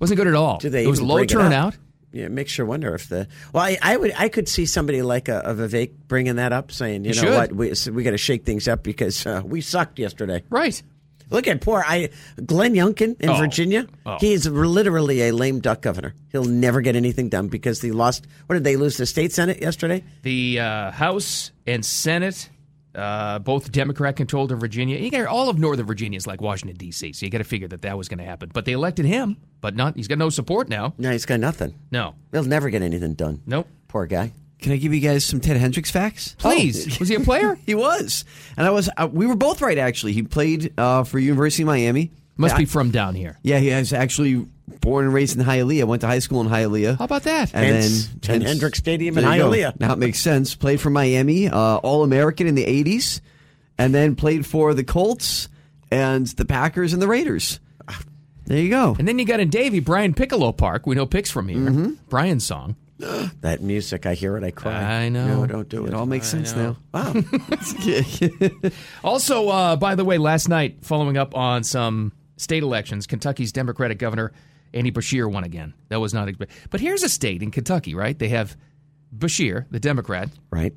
[SPEAKER 3] Wasn't good at all.
[SPEAKER 4] Do they
[SPEAKER 3] it was
[SPEAKER 4] even
[SPEAKER 3] low
[SPEAKER 4] bring it up?
[SPEAKER 3] turnout.
[SPEAKER 4] Yeah, it makes you wonder if the well, I, I would I could see somebody like a, a Vivek bringing that up, saying, you
[SPEAKER 3] You
[SPEAKER 4] know
[SPEAKER 3] should.
[SPEAKER 4] what, we so we got to shake things up because uh, we sucked yesterday.
[SPEAKER 3] Right.
[SPEAKER 4] Look at poor I Glenn Youngkin in
[SPEAKER 13] Oh.
[SPEAKER 4] Virginia.
[SPEAKER 13] Oh.
[SPEAKER 4] He is literally a lame duck governor. He'll never get anything done because they lost. What did they lose the state senate yesterday?
[SPEAKER 3] The uh, House and Senate, uh, both Democrat controlled in Virginia. You got all of Northern Virginia is like Washington D.C., so you got to figure that that was going to happen. But they elected him, but not. He's got no support now.
[SPEAKER 4] No, he's got nothing.
[SPEAKER 3] No.
[SPEAKER 4] He'll never get anything done.
[SPEAKER 3] Nope.
[SPEAKER 4] Poor guy.
[SPEAKER 8] Can I give you guys some Ted Hendricks facts?
[SPEAKER 3] Please. Was he a player?
[SPEAKER 8] Oh, he was, and I was. Uh, we were both right actually. He played uh, for University of Miami.
[SPEAKER 3] Must
[SPEAKER 8] I-
[SPEAKER 3] be from down here.
[SPEAKER 8] Yeah, he was actually born and raised in Hialeah. Went to high school in Hialeah.
[SPEAKER 3] How about that?
[SPEAKER 8] And
[SPEAKER 4] Hence-
[SPEAKER 8] then
[SPEAKER 4] and Hendricks Stadium in
[SPEAKER 8] There you go.
[SPEAKER 4] Hialeah.
[SPEAKER 8] Now it makes sense. Played for Miami, uh, All American in the '80s, and then played for the Colts and the Packers and the Raiders. There you go.
[SPEAKER 3] And then you got in Davy Brian Piccolo Park. We know picks from here.
[SPEAKER 4] Mm-hmm.
[SPEAKER 3] Brian's song.
[SPEAKER 4] that music, I hear it, I cry.
[SPEAKER 3] I know.
[SPEAKER 4] No, don't do it.
[SPEAKER 8] It all makes sense
[SPEAKER 3] know.
[SPEAKER 8] now. Wow.
[SPEAKER 3] Also, uh, by the way, last night, following up on some state elections, Kentucky's Democratic Governor Andy Bashir won again. That was not expected. But here's a state in Kentucky, right? They have Bashir, the Democrat,
[SPEAKER 4] Right.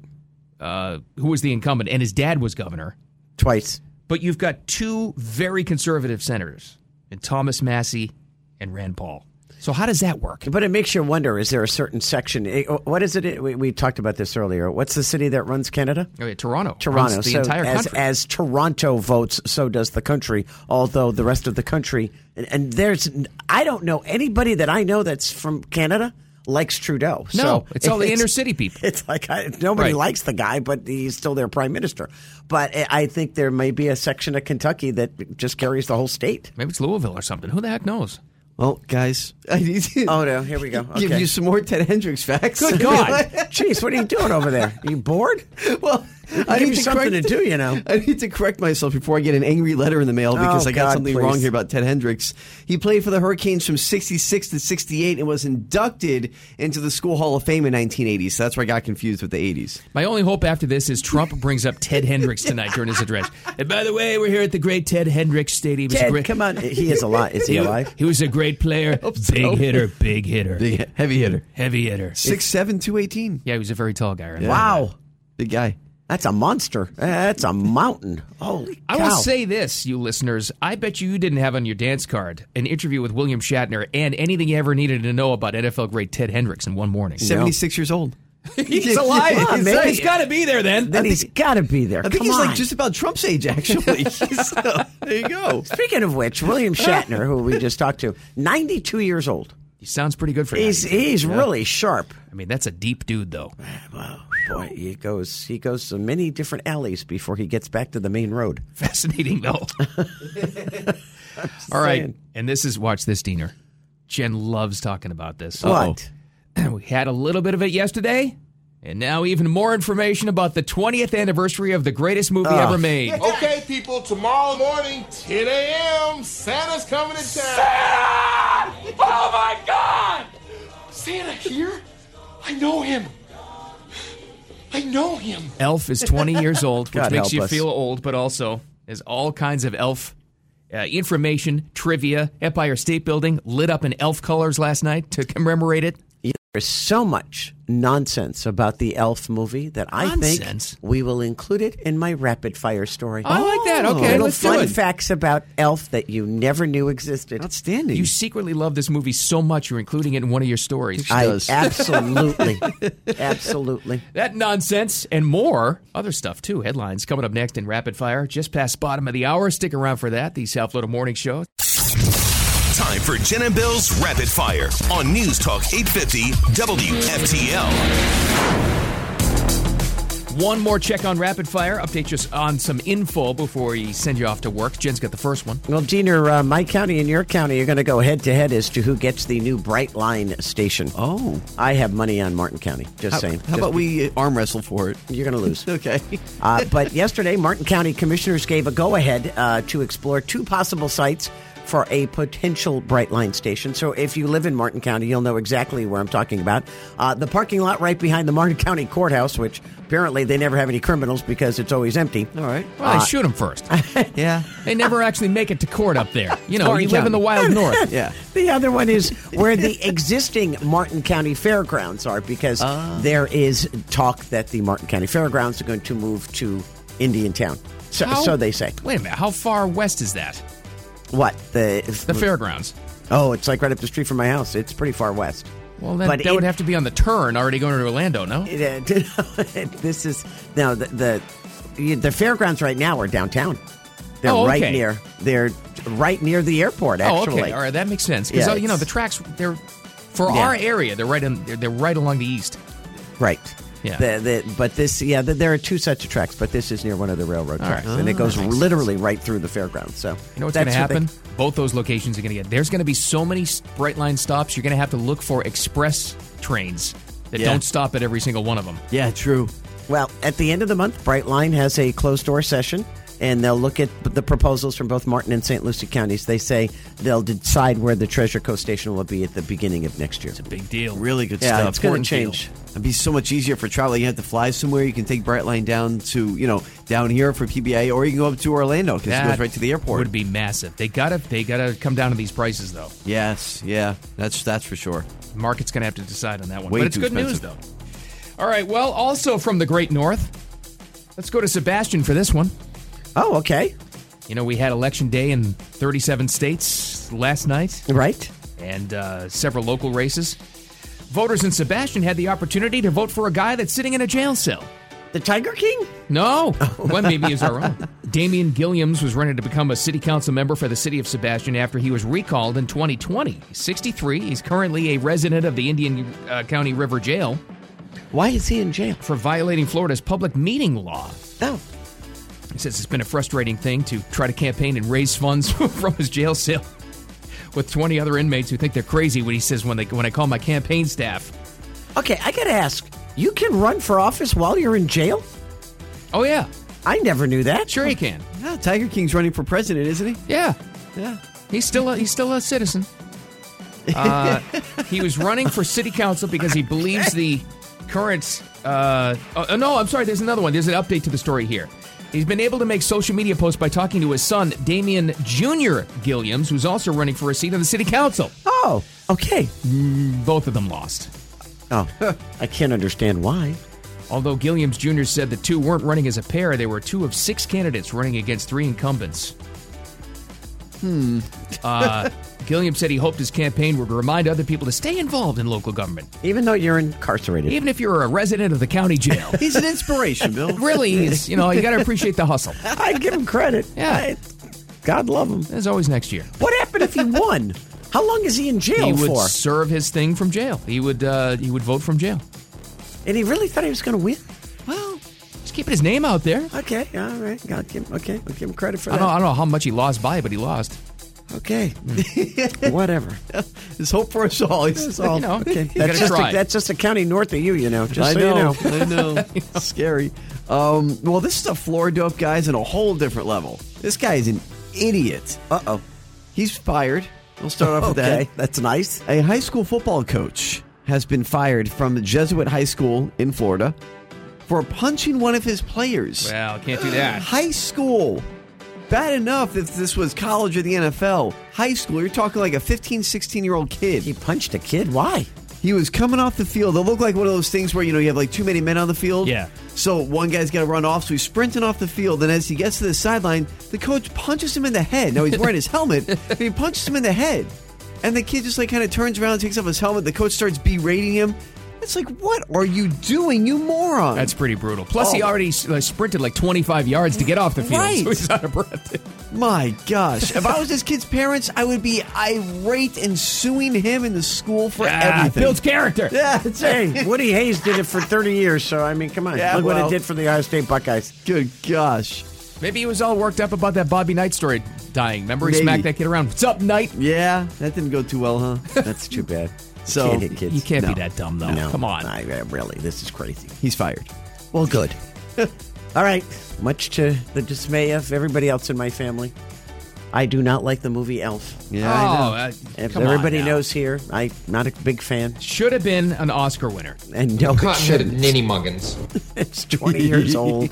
[SPEAKER 3] uh, who was the incumbent, and his dad was governor.
[SPEAKER 4] Twice.
[SPEAKER 3] But you've got two very conservative senators, and Thomas Massey and Rand Paul. So how does that work?
[SPEAKER 4] But it makes you wonder is there a certain section? eh, What is it? We, we talked about this earlier. What's the city that runs Canada?
[SPEAKER 3] Oh, yeah, Toronto,
[SPEAKER 4] Toronto.
[SPEAKER 3] runs the
[SPEAKER 4] so
[SPEAKER 3] entire
[SPEAKER 4] as,
[SPEAKER 3] country.
[SPEAKER 4] as Toronto votes, so does the country. Although the rest of the country, and, and there's, I don't know anybody that I know that's from Canada likes Trudeau.
[SPEAKER 3] no,
[SPEAKER 4] so
[SPEAKER 3] it's all the inner city people.
[SPEAKER 4] It's like I, nobody
[SPEAKER 3] Right.
[SPEAKER 4] likes the guy, but he's still their prime minister. But I- I think there may be a section of Kentucky that just carries the whole state.
[SPEAKER 3] Maybe it's Louisville or something. Who the heck knows?
[SPEAKER 8] well, guys, I need to
[SPEAKER 4] Oh no, here we go. Okay.
[SPEAKER 8] give you some more Ted Hendricks facts.
[SPEAKER 4] Good God, jeez, what are you doing over there? Are you bored?
[SPEAKER 8] well, I need
[SPEAKER 4] Give you
[SPEAKER 8] to
[SPEAKER 4] something
[SPEAKER 8] correct,
[SPEAKER 4] to do, you know.
[SPEAKER 8] I need to correct myself before I get an angry letter in the mail because
[SPEAKER 4] Oh,
[SPEAKER 8] I got
[SPEAKER 4] God,
[SPEAKER 8] something
[SPEAKER 4] please.
[SPEAKER 8] wrong here about Ted Hendricks. He played for the Hurricanes from 66 to 68 and was inducted into the School Hall of Fame in 1980. So that's where I got confused with the 80s.
[SPEAKER 3] My only hope after this is Trump brings up Ted Hendricks tonight during his address. And by the way, we're here at the great Ted Hendricks Stadium. He's a
[SPEAKER 4] Ted,
[SPEAKER 3] great-
[SPEAKER 4] come on. He is alive. Is he alive?
[SPEAKER 3] He was a great player. Big
[SPEAKER 8] so.
[SPEAKER 3] hitter, big hitter,
[SPEAKER 8] Big heavy hitter.
[SPEAKER 3] heavy hitter.
[SPEAKER 8] 6'7", 218.
[SPEAKER 3] Yeah, he was a very tall guy. I remember that.
[SPEAKER 4] Wow,
[SPEAKER 8] Big guy.
[SPEAKER 4] that's a monster. That's a mountain. Holy cow!
[SPEAKER 3] I will say this, you listeners. I bet you you didn't have on your dance card an interview with William Shatner and anything you ever needed to know about NFL great Ted Hendricks in one morning.
[SPEAKER 8] 76 years old.
[SPEAKER 3] He's alive.
[SPEAKER 4] Come on,
[SPEAKER 3] he's
[SPEAKER 4] man.
[SPEAKER 3] got to be there then.
[SPEAKER 4] Then he's got to be there.
[SPEAKER 8] I think
[SPEAKER 4] Come
[SPEAKER 8] he's
[SPEAKER 4] on.
[SPEAKER 8] like just about Trump's age, actually. So, there you go.
[SPEAKER 4] Speaking of which, William Shatner, who we just talked to, ninety-two years old.
[SPEAKER 3] He sounds pretty good for
[SPEAKER 4] He's
[SPEAKER 3] 92.
[SPEAKER 4] he's really sharp.
[SPEAKER 3] I mean, that's a deep dude, though.
[SPEAKER 4] Wow, boy, he goes he goes to many different alleys before he gets back to the main road.
[SPEAKER 3] Fascinating, though. All right.
[SPEAKER 4] saying.
[SPEAKER 3] And this is, watch this, Diener. Jen loves talking about this.
[SPEAKER 4] What?
[SPEAKER 3] we had a little bit of it yesterday, and now even more information about the 20th anniversary of the greatest movie ever made.
[SPEAKER 6] Okay, people, tomorrow morning, 10 a.m., Santa's coming to town.
[SPEAKER 12] Santa! Oh my God! Santa here? I know him. I know him.
[SPEAKER 3] Elf is 20 years old, which
[SPEAKER 4] God
[SPEAKER 3] makes
[SPEAKER 4] help
[SPEAKER 3] you
[SPEAKER 4] us.
[SPEAKER 3] feel old, but also there's all kinds of elf uh, information, trivia. Empire State Building lit up in elf colors last night to commemorate it.
[SPEAKER 4] There's so much nonsense about the Elf movie that I
[SPEAKER 3] Nonsense?
[SPEAKER 4] think we will include it in my rapid fire story. Oh.
[SPEAKER 3] I like that. Okay,
[SPEAKER 4] Little
[SPEAKER 3] let's do
[SPEAKER 4] fun
[SPEAKER 3] it.
[SPEAKER 4] facts about Elf that you never knew existed.
[SPEAKER 8] Outstanding.
[SPEAKER 3] You secretly love this movie so much you're including it in one of your stories.
[SPEAKER 4] I
[SPEAKER 8] does.
[SPEAKER 4] absolutely, absolutely.
[SPEAKER 3] That nonsense and more other stuff too. Headlines coming up next in rapid fire, just past bottom of the hour. Stick around for that. The South Florida Morning Show.
[SPEAKER 1] Time for Jen and Bill's Rapid Fire on News Talk 850 WFTL.
[SPEAKER 3] One more check on rapid fire. Update us on some info before we send you off to work. Jen's got the first one.
[SPEAKER 4] Well, Diener, uh, my county and your county are going to go head to head as to who gets the new Bright Line station.
[SPEAKER 8] oh.
[SPEAKER 4] I have money on Martin County. Just
[SPEAKER 8] How,
[SPEAKER 4] saying.
[SPEAKER 8] how about we uh, arm wrestle for it?
[SPEAKER 4] You're going to lose.
[SPEAKER 8] Okay.
[SPEAKER 4] Uh, but yesterday, Martin County commissioners gave a go ahead uh, to explore two possible sites for a potential Bright Line station. So if you live in Martin County, you'll know exactly where I'm talking about. Uh, the parking lot right behind the Martin County Courthouse, which apparently they never have any criminals because it's always empty.
[SPEAKER 8] All right.
[SPEAKER 3] Well,
[SPEAKER 4] Uh,
[SPEAKER 3] they shoot them first.
[SPEAKER 8] Yeah.
[SPEAKER 3] They never actually make it to court up there. You know,
[SPEAKER 4] Torrey
[SPEAKER 3] you live in the wild
[SPEAKER 4] County.
[SPEAKER 3] north.
[SPEAKER 8] Yeah.
[SPEAKER 4] The other one is where the existing Martin County Fairgrounds are because
[SPEAKER 8] Ah.
[SPEAKER 4] there is talk that the Martin County Fairgrounds are going to move to Indian Town. So,
[SPEAKER 3] How-
[SPEAKER 4] so they say.
[SPEAKER 3] Wait a minute. How far west is that?
[SPEAKER 4] What? The,
[SPEAKER 3] The fairgrounds.
[SPEAKER 4] Oh, it's like right up the street from my house. It's pretty far west.
[SPEAKER 3] Well, then
[SPEAKER 4] But
[SPEAKER 3] that would
[SPEAKER 4] it-
[SPEAKER 3] have to be on the turn already going to Orlando, no?
[SPEAKER 4] It, uh, this is now the, the you- the fairgrounds right now are downtown. They're
[SPEAKER 3] Oh, okay.
[SPEAKER 4] right near. They're right near the airport.
[SPEAKER 3] Oh,
[SPEAKER 4] Actually,
[SPEAKER 3] okay. All right, that makes sense. Because
[SPEAKER 4] Yeah,
[SPEAKER 3] you know
[SPEAKER 4] it's-
[SPEAKER 3] the tracks they're for
[SPEAKER 4] Yeah.
[SPEAKER 3] our area. They're right in. They're, they're right along the east.
[SPEAKER 4] Right.
[SPEAKER 3] Yeah.
[SPEAKER 4] The, the, but this, yeah, the, there are two sets of tracks, but this is near one of the railroad tracks,
[SPEAKER 3] right.
[SPEAKER 4] and it
[SPEAKER 3] Ah,
[SPEAKER 4] goes
[SPEAKER 3] that makes
[SPEAKER 4] literally right through the fairgrounds. So
[SPEAKER 3] You know what's going to
[SPEAKER 4] that's what they-
[SPEAKER 3] happen? Both those locations are going to get. There's going to be so many s- bright line stops. You're going to have to look for express trains that
[SPEAKER 8] Yeah.
[SPEAKER 3] don't stop at every single one of them.
[SPEAKER 8] Yeah, true.
[SPEAKER 4] well, at the end of the month, Brightline has a closed door session. and they'll look at the proposals from both Martin and St. Lucie counties. They say they'll decide where the Treasure Coast station will be at the beginning of next year. It's a
[SPEAKER 3] big deal.
[SPEAKER 8] Really good
[SPEAKER 4] Yeah,
[SPEAKER 8] stuff.
[SPEAKER 4] it's gonna
[SPEAKER 8] Important
[SPEAKER 4] change.
[SPEAKER 8] deal. It'd be so much easier for travel. You have to fly somewhere. You can take Brightline down to you know down here for PBA, or you can go up to Orlando because it
[SPEAKER 3] That
[SPEAKER 8] goes right to the airport.
[SPEAKER 3] Would be massive. They gotta they gotta come down to these prices though.
[SPEAKER 8] Yes, yeah, that's that's for sure.
[SPEAKER 3] Market's gonna have to decide on that one.
[SPEAKER 8] Way
[SPEAKER 3] but it's
[SPEAKER 8] too
[SPEAKER 3] good news
[SPEAKER 8] expensive.
[SPEAKER 3] though. All right. Well, also from the Great North, let's go to Sebastian for this one.
[SPEAKER 4] Oh, okay.
[SPEAKER 3] You know, we had election day in 37 states last night.
[SPEAKER 4] Right.
[SPEAKER 3] And uh, several local races. Voters in Sebastian had the opportunity to vote for a guy that's sitting in a jail cell.
[SPEAKER 4] The Tiger King?
[SPEAKER 3] No. Well, maybe he's our own. Damian Gilliams was running to become a city council member for the city of Sebastian after he was recalled in 2020. He's 63. He's currently a resident of the Indian uh, County River Jail.
[SPEAKER 4] Why is he in jail?
[SPEAKER 3] For violating Florida's public meeting law.
[SPEAKER 4] Oh.
[SPEAKER 3] He says it's been a frustrating thing to try to campaign and raise funds from his jail cell with 20 other inmates who think they're crazy when he says when they when I call my campaign staff.
[SPEAKER 4] Okay, I gotta ask. You can run for office while you're in jail?
[SPEAKER 3] Oh yeah.
[SPEAKER 4] I never knew that.
[SPEAKER 3] Sure he can.
[SPEAKER 8] Yeah, Tiger King's running for president, isn't he?
[SPEAKER 3] Yeah.
[SPEAKER 8] Yeah.
[SPEAKER 3] He's still a, he's still a citizen. Uh, he was running for city council because he believes the current. Uh, oh, no, I'm sorry. There's another one. There's an update to the story here. He's been able to make social media posts by talking to his son, Damian Jr. Gilliams, who's also running for a seat on the city council.
[SPEAKER 4] Oh, okay.
[SPEAKER 3] both of them lost.
[SPEAKER 4] Oh, I can't understand why.
[SPEAKER 3] Although Gilliams Jr. said the two weren't running as a pair, they were two of six candidates running against three incumbents.
[SPEAKER 8] Hmm.
[SPEAKER 3] Uh, Gilliam said he hoped his campaign would remind other people to stay involved in local government.
[SPEAKER 4] Even though you're incarcerated.
[SPEAKER 3] Even if you're a resident of the county jail.
[SPEAKER 8] He's an inspiration, Bill.
[SPEAKER 3] really is. You know, you got to appreciate the hustle.
[SPEAKER 4] I give him credit.
[SPEAKER 3] Yeah.
[SPEAKER 4] I- God love him.
[SPEAKER 3] As always, next year.
[SPEAKER 4] What happened if he won? How long is he in jail
[SPEAKER 3] He would
[SPEAKER 4] for?
[SPEAKER 3] serve his thing from jail. He would uh, he would vote from jail.
[SPEAKER 4] And he really thought he was going to win?
[SPEAKER 3] Well, just keeping his name out there.
[SPEAKER 4] Okay, all right. God, give him, okay, I'll give him credit for
[SPEAKER 3] I don't, I
[SPEAKER 4] that.
[SPEAKER 3] don't know how much he lost by, but he lost.
[SPEAKER 4] Okay, whatever.
[SPEAKER 8] There's hope for us all. He's-
[SPEAKER 4] That's all.
[SPEAKER 3] You know,
[SPEAKER 4] okay.
[SPEAKER 3] Hmm. you
[SPEAKER 4] that's,
[SPEAKER 3] gotta
[SPEAKER 4] just a,
[SPEAKER 3] try.
[SPEAKER 4] that's just a county north of you, you know, just so you know.
[SPEAKER 8] I know. Scary. Um, well, this is a floor dope guy's on a whole different level. This guy's an idiot. Uh oh. He's fired. We'll start off with that.
[SPEAKER 4] Okay, that's nice.
[SPEAKER 8] A high school football coach has been fired from the Jesuit High School in Florida for punching one of his players.
[SPEAKER 3] Well, can't do that.
[SPEAKER 8] High school. Bad enough if this was college or the NFL. High school, you're talking like a 15, 16 year old kid.
[SPEAKER 4] He punched a kid. Why?
[SPEAKER 8] He was coming off the field. It looked like one of those things where you know you have like too many men on the field.
[SPEAKER 3] Yeah.
[SPEAKER 8] So one guy's got to run off, so he's sprinting off the field. And as he gets to the sideline, the coach punches him in the head. Now he's wearing his helmet, but he punches him in the head. And the kid just like kind of turns around, takes off his helmet. The coach starts berating him. It's like, what are you doing, you moron?
[SPEAKER 3] That's pretty brutal. Plus, he
[SPEAKER 8] Oh.
[SPEAKER 3] already like, sprinted like 25 yards to get off the field,
[SPEAKER 8] Right.
[SPEAKER 3] so he's out of breath.
[SPEAKER 8] My gosh. if I was his kid's parents, I would be irate and suing him in the school for
[SPEAKER 3] Ah,
[SPEAKER 8] everything.
[SPEAKER 3] builds character.
[SPEAKER 8] yeah, that's right.
[SPEAKER 4] Hey, Woody Hayes did it for 30 years, so I mean, come on.
[SPEAKER 8] Yeah,
[SPEAKER 4] Look what
[SPEAKER 8] well-
[SPEAKER 4] it did for the Ohio State Buckeyes.
[SPEAKER 8] Good gosh.
[SPEAKER 3] Maybe he was all worked up about that Bobby Knight story dying. Remember he
[SPEAKER 8] Maybe.
[SPEAKER 3] smacked that kid around. What's up, Knight?
[SPEAKER 8] Yeah, that didn't go too well, huh?
[SPEAKER 4] That's too bad.
[SPEAKER 8] So-
[SPEAKER 4] can't hit kids.
[SPEAKER 3] You can't be
[SPEAKER 8] No.
[SPEAKER 3] that dumb though.
[SPEAKER 4] No,
[SPEAKER 3] Come on.
[SPEAKER 4] I, I- really, this is crazy.
[SPEAKER 8] He's fired.
[SPEAKER 4] Well, good. All right. Much to the dismay of everybody else in my family, I do not like the movie Elf.
[SPEAKER 8] Yeah,
[SPEAKER 3] oh, uh,
[SPEAKER 4] If
[SPEAKER 3] come on
[SPEAKER 4] everybody
[SPEAKER 3] now.
[SPEAKER 4] knows here, I'm not a big fan.
[SPEAKER 3] Should have been an Oscar winner.
[SPEAKER 4] And no, it shouldn't.
[SPEAKER 11] ninny muggins.
[SPEAKER 4] It's 20 years old.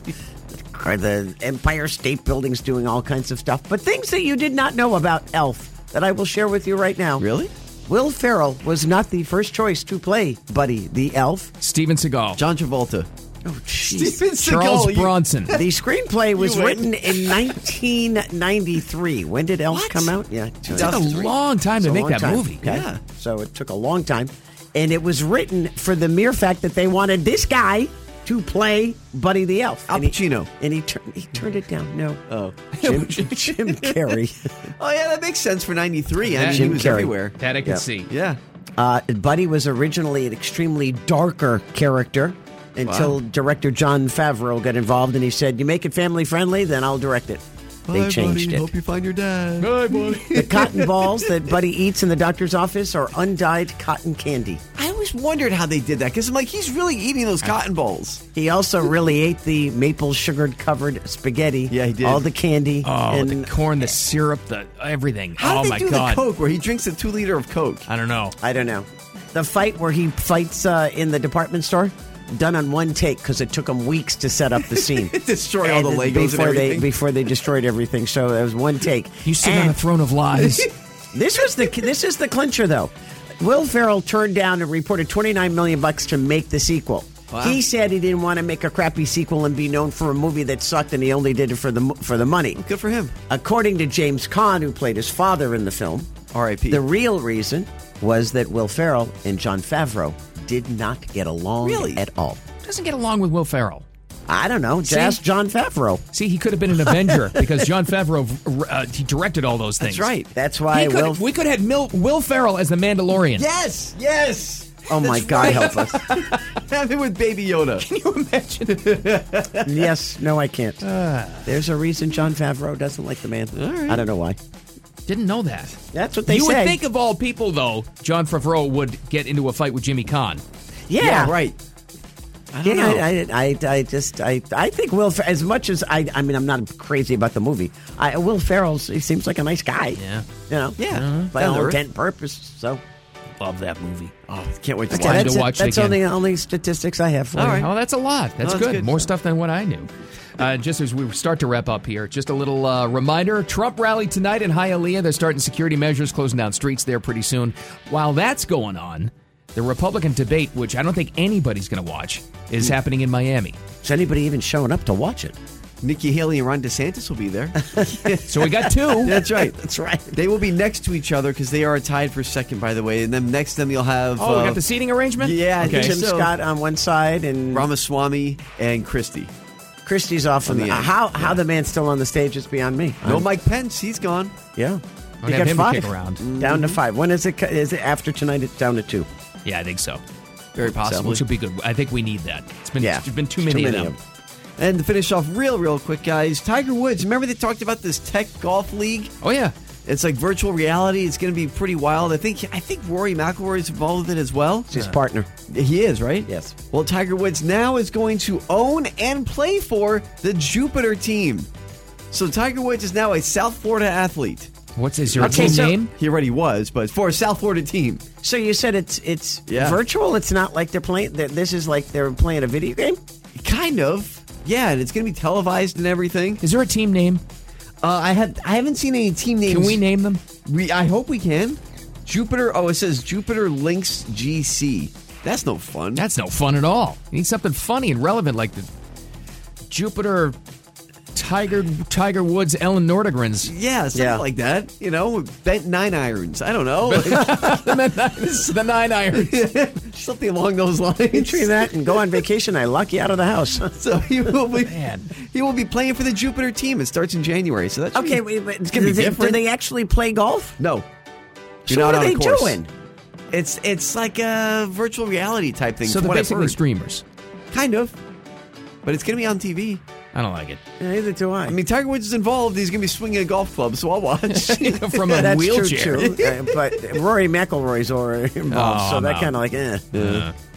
[SPEAKER 4] Or the Empire State Building's doing all kinds of stuff. But things that you did not know about Elf that I will share with you right now.
[SPEAKER 8] Really?
[SPEAKER 4] Will Ferrell was not the first choice to play Buddy the Elf.
[SPEAKER 3] Steven Seagal.
[SPEAKER 8] John Travolta.
[SPEAKER 4] Oh, jeez.
[SPEAKER 3] Charles Bronson.
[SPEAKER 4] The screenplay was
[SPEAKER 8] You win.
[SPEAKER 4] written in 1993. When did Elf
[SPEAKER 8] What?
[SPEAKER 4] come out? Yeah,
[SPEAKER 3] It took a long time to
[SPEAKER 4] It's a
[SPEAKER 3] make
[SPEAKER 4] long
[SPEAKER 3] that
[SPEAKER 4] time,
[SPEAKER 3] movie.
[SPEAKER 4] okay?
[SPEAKER 8] Yeah.
[SPEAKER 4] So it took a long time. And it was written for the mere fact that they wanted this guy to play Buddy the Elf.
[SPEAKER 8] Al
[SPEAKER 4] And he-
[SPEAKER 8] Pacino.
[SPEAKER 4] And he, tur- he turned it down. No.
[SPEAKER 8] Oh.
[SPEAKER 4] Jim, Jim Carrey.
[SPEAKER 8] Oh, yeah, that makes sense for 93.
[SPEAKER 3] That-
[SPEAKER 8] I mean, he
[SPEAKER 3] Jim
[SPEAKER 8] was
[SPEAKER 4] Carrey.
[SPEAKER 8] everywhere.
[SPEAKER 3] That I can
[SPEAKER 4] Yeah.
[SPEAKER 3] see.
[SPEAKER 8] Yeah.
[SPEAKER 4] Uh, Buddy was originally an extremely darker character until director John Favreau got involved and he said, You make it family friendly, then I'll direct it. They changed it.
[SPEAKER 8] you find your dad.
[SPEAKER 4] The cotton balls that Buddy eats in the doctor's office are undyed cotton candy.
[SPEAKER 8] I was always wondered how they did that because I'm like, he's really eating those cotton balls.
[SPEAKER 4] He also really ate the maple sugared covered spaghetti. Yeah, he
[SPEAKER 8] did.
[SPEAKER 4] All the candy.
[SPEAKER 3] Oh,
[SPEAKER 4] and
[SPEAKER 3] the corn, the syrup, the everything.
[SPEAKER 4] How did
[SPEAKER 3] oh
[SPEAKER 4] they
[SPEAKER 3] my
[SPEAKER 4] do the
[SPEAKER 3] god!
[SPEAKER 4] Coke
[SPEAKER 8] where he drinks a two liter of Coke.
[SPEAKER 3] I don't know.
[SPEAKER 4] I don't know. The fight where he fights uh, in the department store, done on one take because it took him weeks to set up the scene.
[SPEAKER 8] Destroy all the
[SPEAKER 4] And
[SPEAKER 8] Legos and
[SPEAKER 4] before they
[SPEAKER 8] everything.
[SPEAKER 4] before they destroyed everything. So it was one take.
[SPEAKER 3] You sit on a throne of lies.
[SPEAKER 4] this was the this is the clincher though. Will Ferrell turned down and reported 29 million bucks to make the sequel.
[SPEAKER 11] Wow.
[SPEAKER 4] He said he didn't want to make a crappy sequel and be known for a movie that sucked, and he only did it for the mo- for the money.
[SPEAKER 8] Good for him.
[SPEAKER 4] According to James Caan, who played his father in the film,
[SPEAKER 8] R.I.P.
[SPEAKER 4] The real reason was that Will Ferrell and John Favreau did not get along
[SPEAKER 3] Really?
[SPEAKER 4] at all.
[SPEAKER 3] Doesn't get along with Will Ferrell.
[SPEAKER 4] I don't know. Just
[SPEAKER 3] See?
[SPEAKER 4] ask John Favreau.
[SPEAKER 3] See, he could have been an Avenger because John Favreau uh, he directed all those things.
[SPEAKER 4] That's why
[SPEAKER 3] He could-
[SPEAKER 4] Will.
[SPEAKER 3] we could have had Mil- Will Ferrell as the Mandalorian.
[SPEAKER 8] Yes, yes.
[SPEAKER 4] Oh my
[SPEAKER 8] That's
[SPEAKER 4] God,
[SPEAKER 8] right.
[SPEAKER 4] help us!
[SPEAKER 8] Have it with Baby Yoda. Can
[SPEAKER 3] you imagine?
[SPEAKER 4] yes, no, I can't. There's a reason John Favreau doesn't like the man.
[SPEAKER 3] right.
[SPEAKER 4] I don't know why.
[SPEAKER 3] Didn't know that.
[SPEAKER 4] That's what they
[SPEAKER 3] you
[SPEAKER 4] say.
[SPEAKER 3] would think of all people, though, John Favreau would get into a fight with Jimmy Kahn.
[SPEAKER 4] Yeah.
[SPEAKER 8] right.
[SPEAKER 4] I
[SPEAKER 3] don't
[SPEAKER 4] yeah, I, I, I, I just, I, I think Will, Fer- as much as I, I mean, I'm not crazy about the movie. I, Will Ferrell, he seems like a nice guy.
[SPEAKER 3] Yeah.
[SPEAKER 4] You know?
[SPEAKER 8] Yeah.
[SPEAKER 4] By
[SPEAKER 8] Down
[SPEAKER 4] all
[SPEAKER 8] to earth.
[SPEAKER 4] intent and purpose. So.
[SPEAKER 3] Love that movie.
[SPEAKER 8] Oh, can't wait to
[SPEAKER 4] Okay,
[SPEAKER 8] watch
[SPEAKER 4] that's
[SPEAKER 8] it.
[SPEAKER 4] it. that's only only statistics I have for
[SPEAKER 3] All
[SPEAKER 4] you.
[SPEAKER 3] right. Oh, that's a lot. That's,
[SPEAKER 4] No, that's
[SPEAKER 3] good.
[SPEAKER 4] good.
[SPEAKER 3] More stuff than what I knew. Uh, just as we start to wrap up here, just a little uh, reminder Trump rally tonight in Hialeah. They're starting security measures, closing down streets there pretty soon. While that's going on, the Republican debate, which I don't think anybody's going to watch, is
[SPEAKER 4] Hmm.
[SPEAKER 3] happening in Miami.
[SPEAKER 4] Is anybody even showing up to watch it?
[SPEAKER 8] Nikki Haley and Ron DeSantis will be there.
[SPEAKER 3] so we got two.
[SPEAKER 8] That's right.
[SPEAKER 4] That's right.
[SPEAKER 8] They will be next to each other because they are tied for second, by the way. And then next to them, you'll have.
[SPEAKER 3] Oh, we
[SPEAKER 8] uh,
[SPEAKER 3] got the seating arrangement?
[SPEAKER 8] Yeah, I
[SPEAKER 3] Okay.
[SPEAKER 8] think
[SPEAKER 4] Tim
[SPEAKER 8] so.
[SPEAKER 4] Scott on one side and
[SPEAKER 8] Ramaswamy and Christie.
[SPEAKER 4] Christie's off on
[SPEAKER 8] On
[SPEAKER 4] the
[SPEAKER 8] the end.
[SPEAKER 4] how how the man's still on the stage is beyond me.
[SPEAKER 8] No
[SPEAKER 4] I'm-
[SPEAKER 8] Mike Pence. He's gone.
[SPEAKER 4] yeah,
[SPEAKER 3] Don't have him to kick around.
[SPEAKER 4] down to five. When is it? co- Is it after tonight? It's down to two.
[SPEAKER 3] Yeah, I think so.
[SPEAKER 8] Very possibly.
[SPEAKER 3] Which would be good. I think we need that. It's been,
[SPEAKER 4] Yeah.
[SPEAKER 3] it's been too
[SPEAKER 4] Too
[SPEAKER 3] many,
[SPEAKER 4] many
[SPEAKER 3] of them.
[SPEAKER 4] of
[SPEAKER 8] And to finish off real, real quick, guys, Tiger Woods, remember they talked about this tech golf league?
[SPEAKER 3] Oh, yeah.
[SPEAKER 8] It's like virtual reality. It's going to be pretty wild. I think I think Rory McIlroy is involved with it as well.
[SPEAKER 4] It's his partner.
[SPEAKER 8] He is, right?
[SPEAKER 4] Yes.
[SPEAKER 8] Well, Tiger Woods now is going to own and play for the Jupiter team. So Tiger Woods is now a South Florida athlete.
[SPEAKER 3] What's his your
[SPEAKER 8] Okay,
[SPEAKER 3] team
[SPEAKER 8] so-
[SPEAKER 3] name?
[SPEAKER 8] He already was, but for a South Florida team.
[SPEAKER 4] So you said it's it's
[SPEAKER 8] Yeah.
[SPEAKER 4] virtual. It's not like they're playing. that This is like they're playing a video game.
[SPEAKER 8] Kind of. Yeah, and it's going to be televised and everything.
[SPEAKER 3] Is there a team name?
[SPEAKER 8] Uh, I had I haven't seen any team names.
[SPEAKER 3] Can we name them?
[SPEAKER 8] We I hope we can. Jupiter. Oh, it says Jupiter Links GC. That's no fun.
[SPEAKER 3] That's no fun at all. You need something funny and relevant like the Jupiter Tiger Tiger Woods Ellen Nordegrens.
[SPEAKER 8] yeah, something
[SPEAKER 4] Yeah.
[SPEAKER 8] like that. You know, bent nine irons. I don't know,
[SPEAKER 3] the nine irons.
[SPEAKER 8] something along those lines.
[SPEAKER 4] Between that and go on vacation, I lock you out of the house.
[SPEAKER 8] So he will be
[SPEAKER 3] Man.
[SPEAKER 8] he will be playing for the Jupiter team. It starts in January, so that's
[SPEAKER 4] okay,
[SPEAKER 8] Be,
[SPEAKER 4] wait, but
[SPEAKER 8] it's gonna be
[SPEAKER 4] do, they, do
[SPEAKER 8] different.
[SPEAKER 4] they actually play golf?
[SPEAKER 8] no,
[SPEAKER 4] So
[SPEAKER 8] You're not
[SPEAKER 4] what are
[SPEAKER 8] on a
[SPEAKER 4] they
[SPEAKER 8] course.
[SPEAKER 4] doing?
[SPEAKER 8] It's it's like a virtual reality type thing.
[SPEAKER 3] So
[SPEAKER 8] from
[SPEAKER 3] they're
[SPEAKER 8] what I've
[SPEAKER 3] basically
[SPEAKER 8] heard.
[SPEAKER 3] streamers.
[SPEAKER 8] kind of, but it's gonna be on TV.
[SPEAKER 3] I don't like it.
[SPEAKER 4] Neither do I.
[SPEAKER 8] I mean, Tiger Woods is involved. He's gonna be swinging a golf club, so I'll watch.
[SPEAKER 3] From a
[SPEAKER 4] That's
[SPEAKER 3] wheelchair.
[SPEAKER 4] true too. Uh, but Rory McIlroy's already involved,
[SPEAKER 3] Oh,
[SPEAKER 4] so that
[SPEAKER 3] no.
[SPEAKER 4] kind of like eh.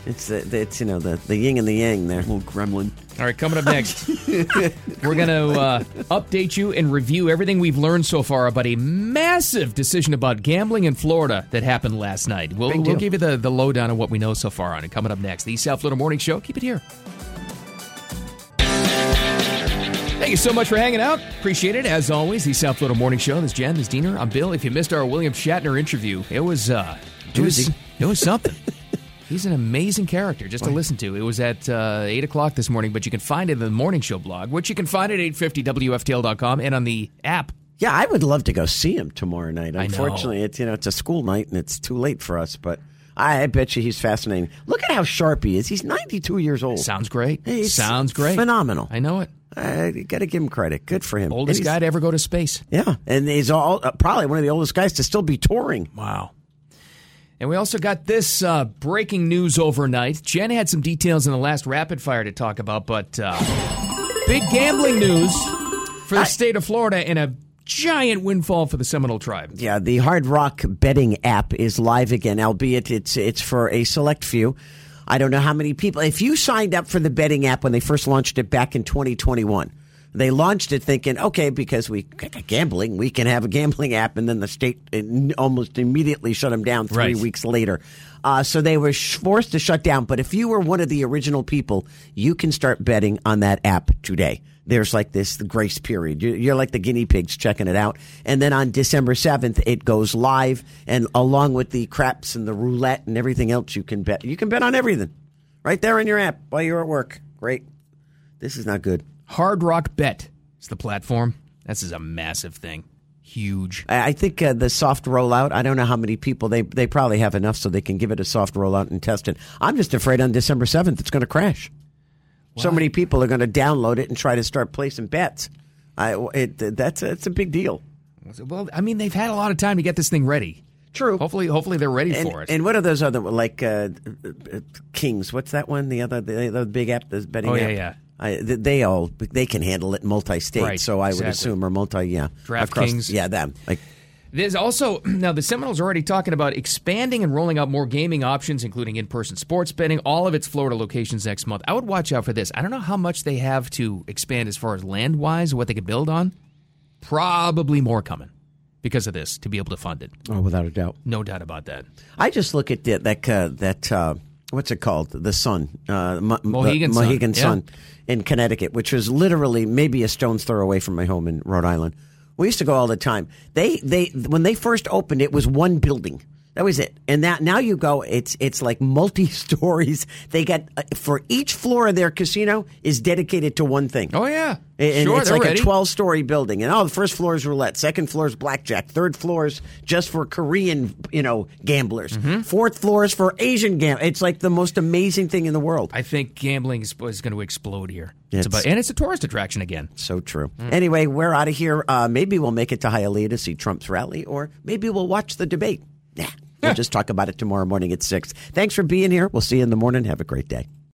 [SPEAKER 4] It's the, the- it's you know the the yin and the yang there.
[SPEAKER 8] little gremlin.
[SPEAKER 3] All right, coming up next, we're going to uh, update you and review everything we've learned so far about a massive decision about gambling in Florida that happened last night. We'll,
[SPEAKER 8] Big
[SPEAKER 3] we'll
[SPEAKER 8] deal.
[SPEAKER 3] give you the, the lowdown on what we know so far on it. Coming up next, the East South Florida Morning Show. Keep it here. Thank you so much for hanging out. Appreciate it. As always, the South Florida Morning Show. This is Jen, this is Diener. I'm Bill. If you missed our William Shatner interview, it was uh, it was,
[SPEAKER 8] Doozy.
[SPEAKER 3] it was something. He's an amazing character just to listen to. It was at uh, 8 o'clock this morning, but you can find it in the Morning Show blog, which you can find at 850WFTL.com and on the app.
[SPEAKER 4] Yeah, I would love to go see him tomorrow night.
[SPEAKER 3] know.
[SPEAKER 4] Unfortunately, it's you know it's a school night and it's too late for us. But I, I bet you he's fascinating. Look at how sharp he is. He's 92 years old.
[SPEAKER 3] Sounds great.
[SPEAKER 4] He's
[SPEAKER 3] Sounds great.
[SPEAKER 4] Phenomenal.
[SPEAKER 3] I know it.
[SPEAKER 4] Uh, you got to give him credit. Good for him.
[SPEAKER 3] Oldest
[SPEAKER 4] And he's-
[SPEAKER 3] guy to ever go to space.
[SPEAKER 4] Yeah, and he's all uh, probably one of the oldest guys to still be touring.
[SPEAKER 3] Wow. And we also got this uh, breaking news overnight. Jen had some details in the last rapid fire to talk about, but uh, big gambling news for the state of Florida and a giant windfall for the Seminole tribe.
[SPEAKER 4] Yeah, the Hard Rock betting app is live again, albeit it's it's for a select few. I don't know how many people. If you signed up for the betting app when they first launched it back in 2021, they launched it thinking, okay, because we gambling, we can have a gambling app, and then the state uh, almost immediately shut them down three
[SPEAKER 11] Right.
[SPEAKER 4] weeks weeks later. Uh, so they were sh- forced to shut down. But if you were one of the original people, you can start betting on that app today. There's like this grace period. You- You're like the guinea pigs checking it out. And then on December 7th, it goes live. And along with the craps and the roulette and everything else, you can bet. You can bet on everything right there in your app while you're at work. Great. This is not good.
[SPEAKER 3] Hard Rock Bet is the platform. This is a massive thing. Huge.
[SPEAKER 4] I I think uh, the soft rollout. I don't know how many people they they probably have enough so they can give it a soft rollout and test it. I'm just afraid on December seventh it's going to crash. So many people are going to download it and try to start placing bets. I it that's it's a big deal.
[SPEAKER 3] Well, I mean, they've had a lot of time to get this thing ready.
[SPEAKER 4] True.
[SPEAKER 3] Hopefully, hopefully they're ready
[SPEAKER 4] And,
[SPEAKER 3] for it.
[SPEAKER 4] and what are those other like uh, uh, Kings? What's that one? The other the, other big app, the betting
[SPEAKER 3] Oh,
[SPEAKER 4] app.
[SPEAKER 3] yeah, yeah.
[SPEAKER 4] I, th- they all they can handle it multi-state,
[SPEAKER 3] Right,
[SPEAKER 4] so I
[SPEAKER 3] exactly.
[SPEAKER 4] would assume or multi yeah Across-
[SPEAKER 3] DraftKings.
[SPEAKER 4] yeah them like
[SPEAKER 3] There's also now the Seminoles are already talking about expanding and rolling out more gaming options, including in-person sports betting. All of its Florida locations next month. I would watch out for this. I don't know how much they have to expand as far as land-wise, what they could build on. Probably more coming because of this to be able to fund it.
[SPEAKER 4] oh without a doubt.
[SPEAKER 3] No doubt about that.
[SPEAKER 4] I just look at that that uh, that uh, what's it called? The Sun, uh, Mo-
[SPEAKER 3] Mohegan
[SPEAKER 4] the
[SPEAKER 3] Sun,
[SPEAKER 4] Mohegan
[SPEAKER 3] yeah.
[SPEAKER 4] Sun in Connecticut, which was literally maybe a stone's throw away from my home in Rhode Island. We used to go all the time. They they when they first opened, it was one building. That was it. And that now you go, it's it's like multi stories. They got uh, for each floor of their casino is dedicated to one thing.
[SPEAKER 3] Oh yeah,
[SPEAKER 4] and
[SPEAKER 3] Sure,
[SPEAKER 4] it's
[SPEAKER 3] they're
[SPEAKER 4] like
[SPEAKER 3] ready.
[SPEAKER 4] a twelve story building. And oh, the first floor is roulette, second floor is blackjack, third floor is just for Korean you know gamblers,
[SPEAKER 3] Mm-hmm.
[SPEAKER 4] fourth floor is for Asian gam. It's like the most amazing thing in the world.
[SPEAKER 3] I think gambling is, is going to explode here.
[SPEAKER 4] It's-
[SPEAKER 3] It's about, and it's a tourist attraction again.
[SPEAKER 4] So true.
[SPEAKER 3] Mm.
[SPEAKER 4] Anyway, we're out of here. Uh, maybe we'll make it to Hialeah to see Trump's rally, or maybe we'll watch the debate. Nah, we'll just talk about it tomorrow morning at six. Thanks for being here. We'll see you in the morning. Have a great day.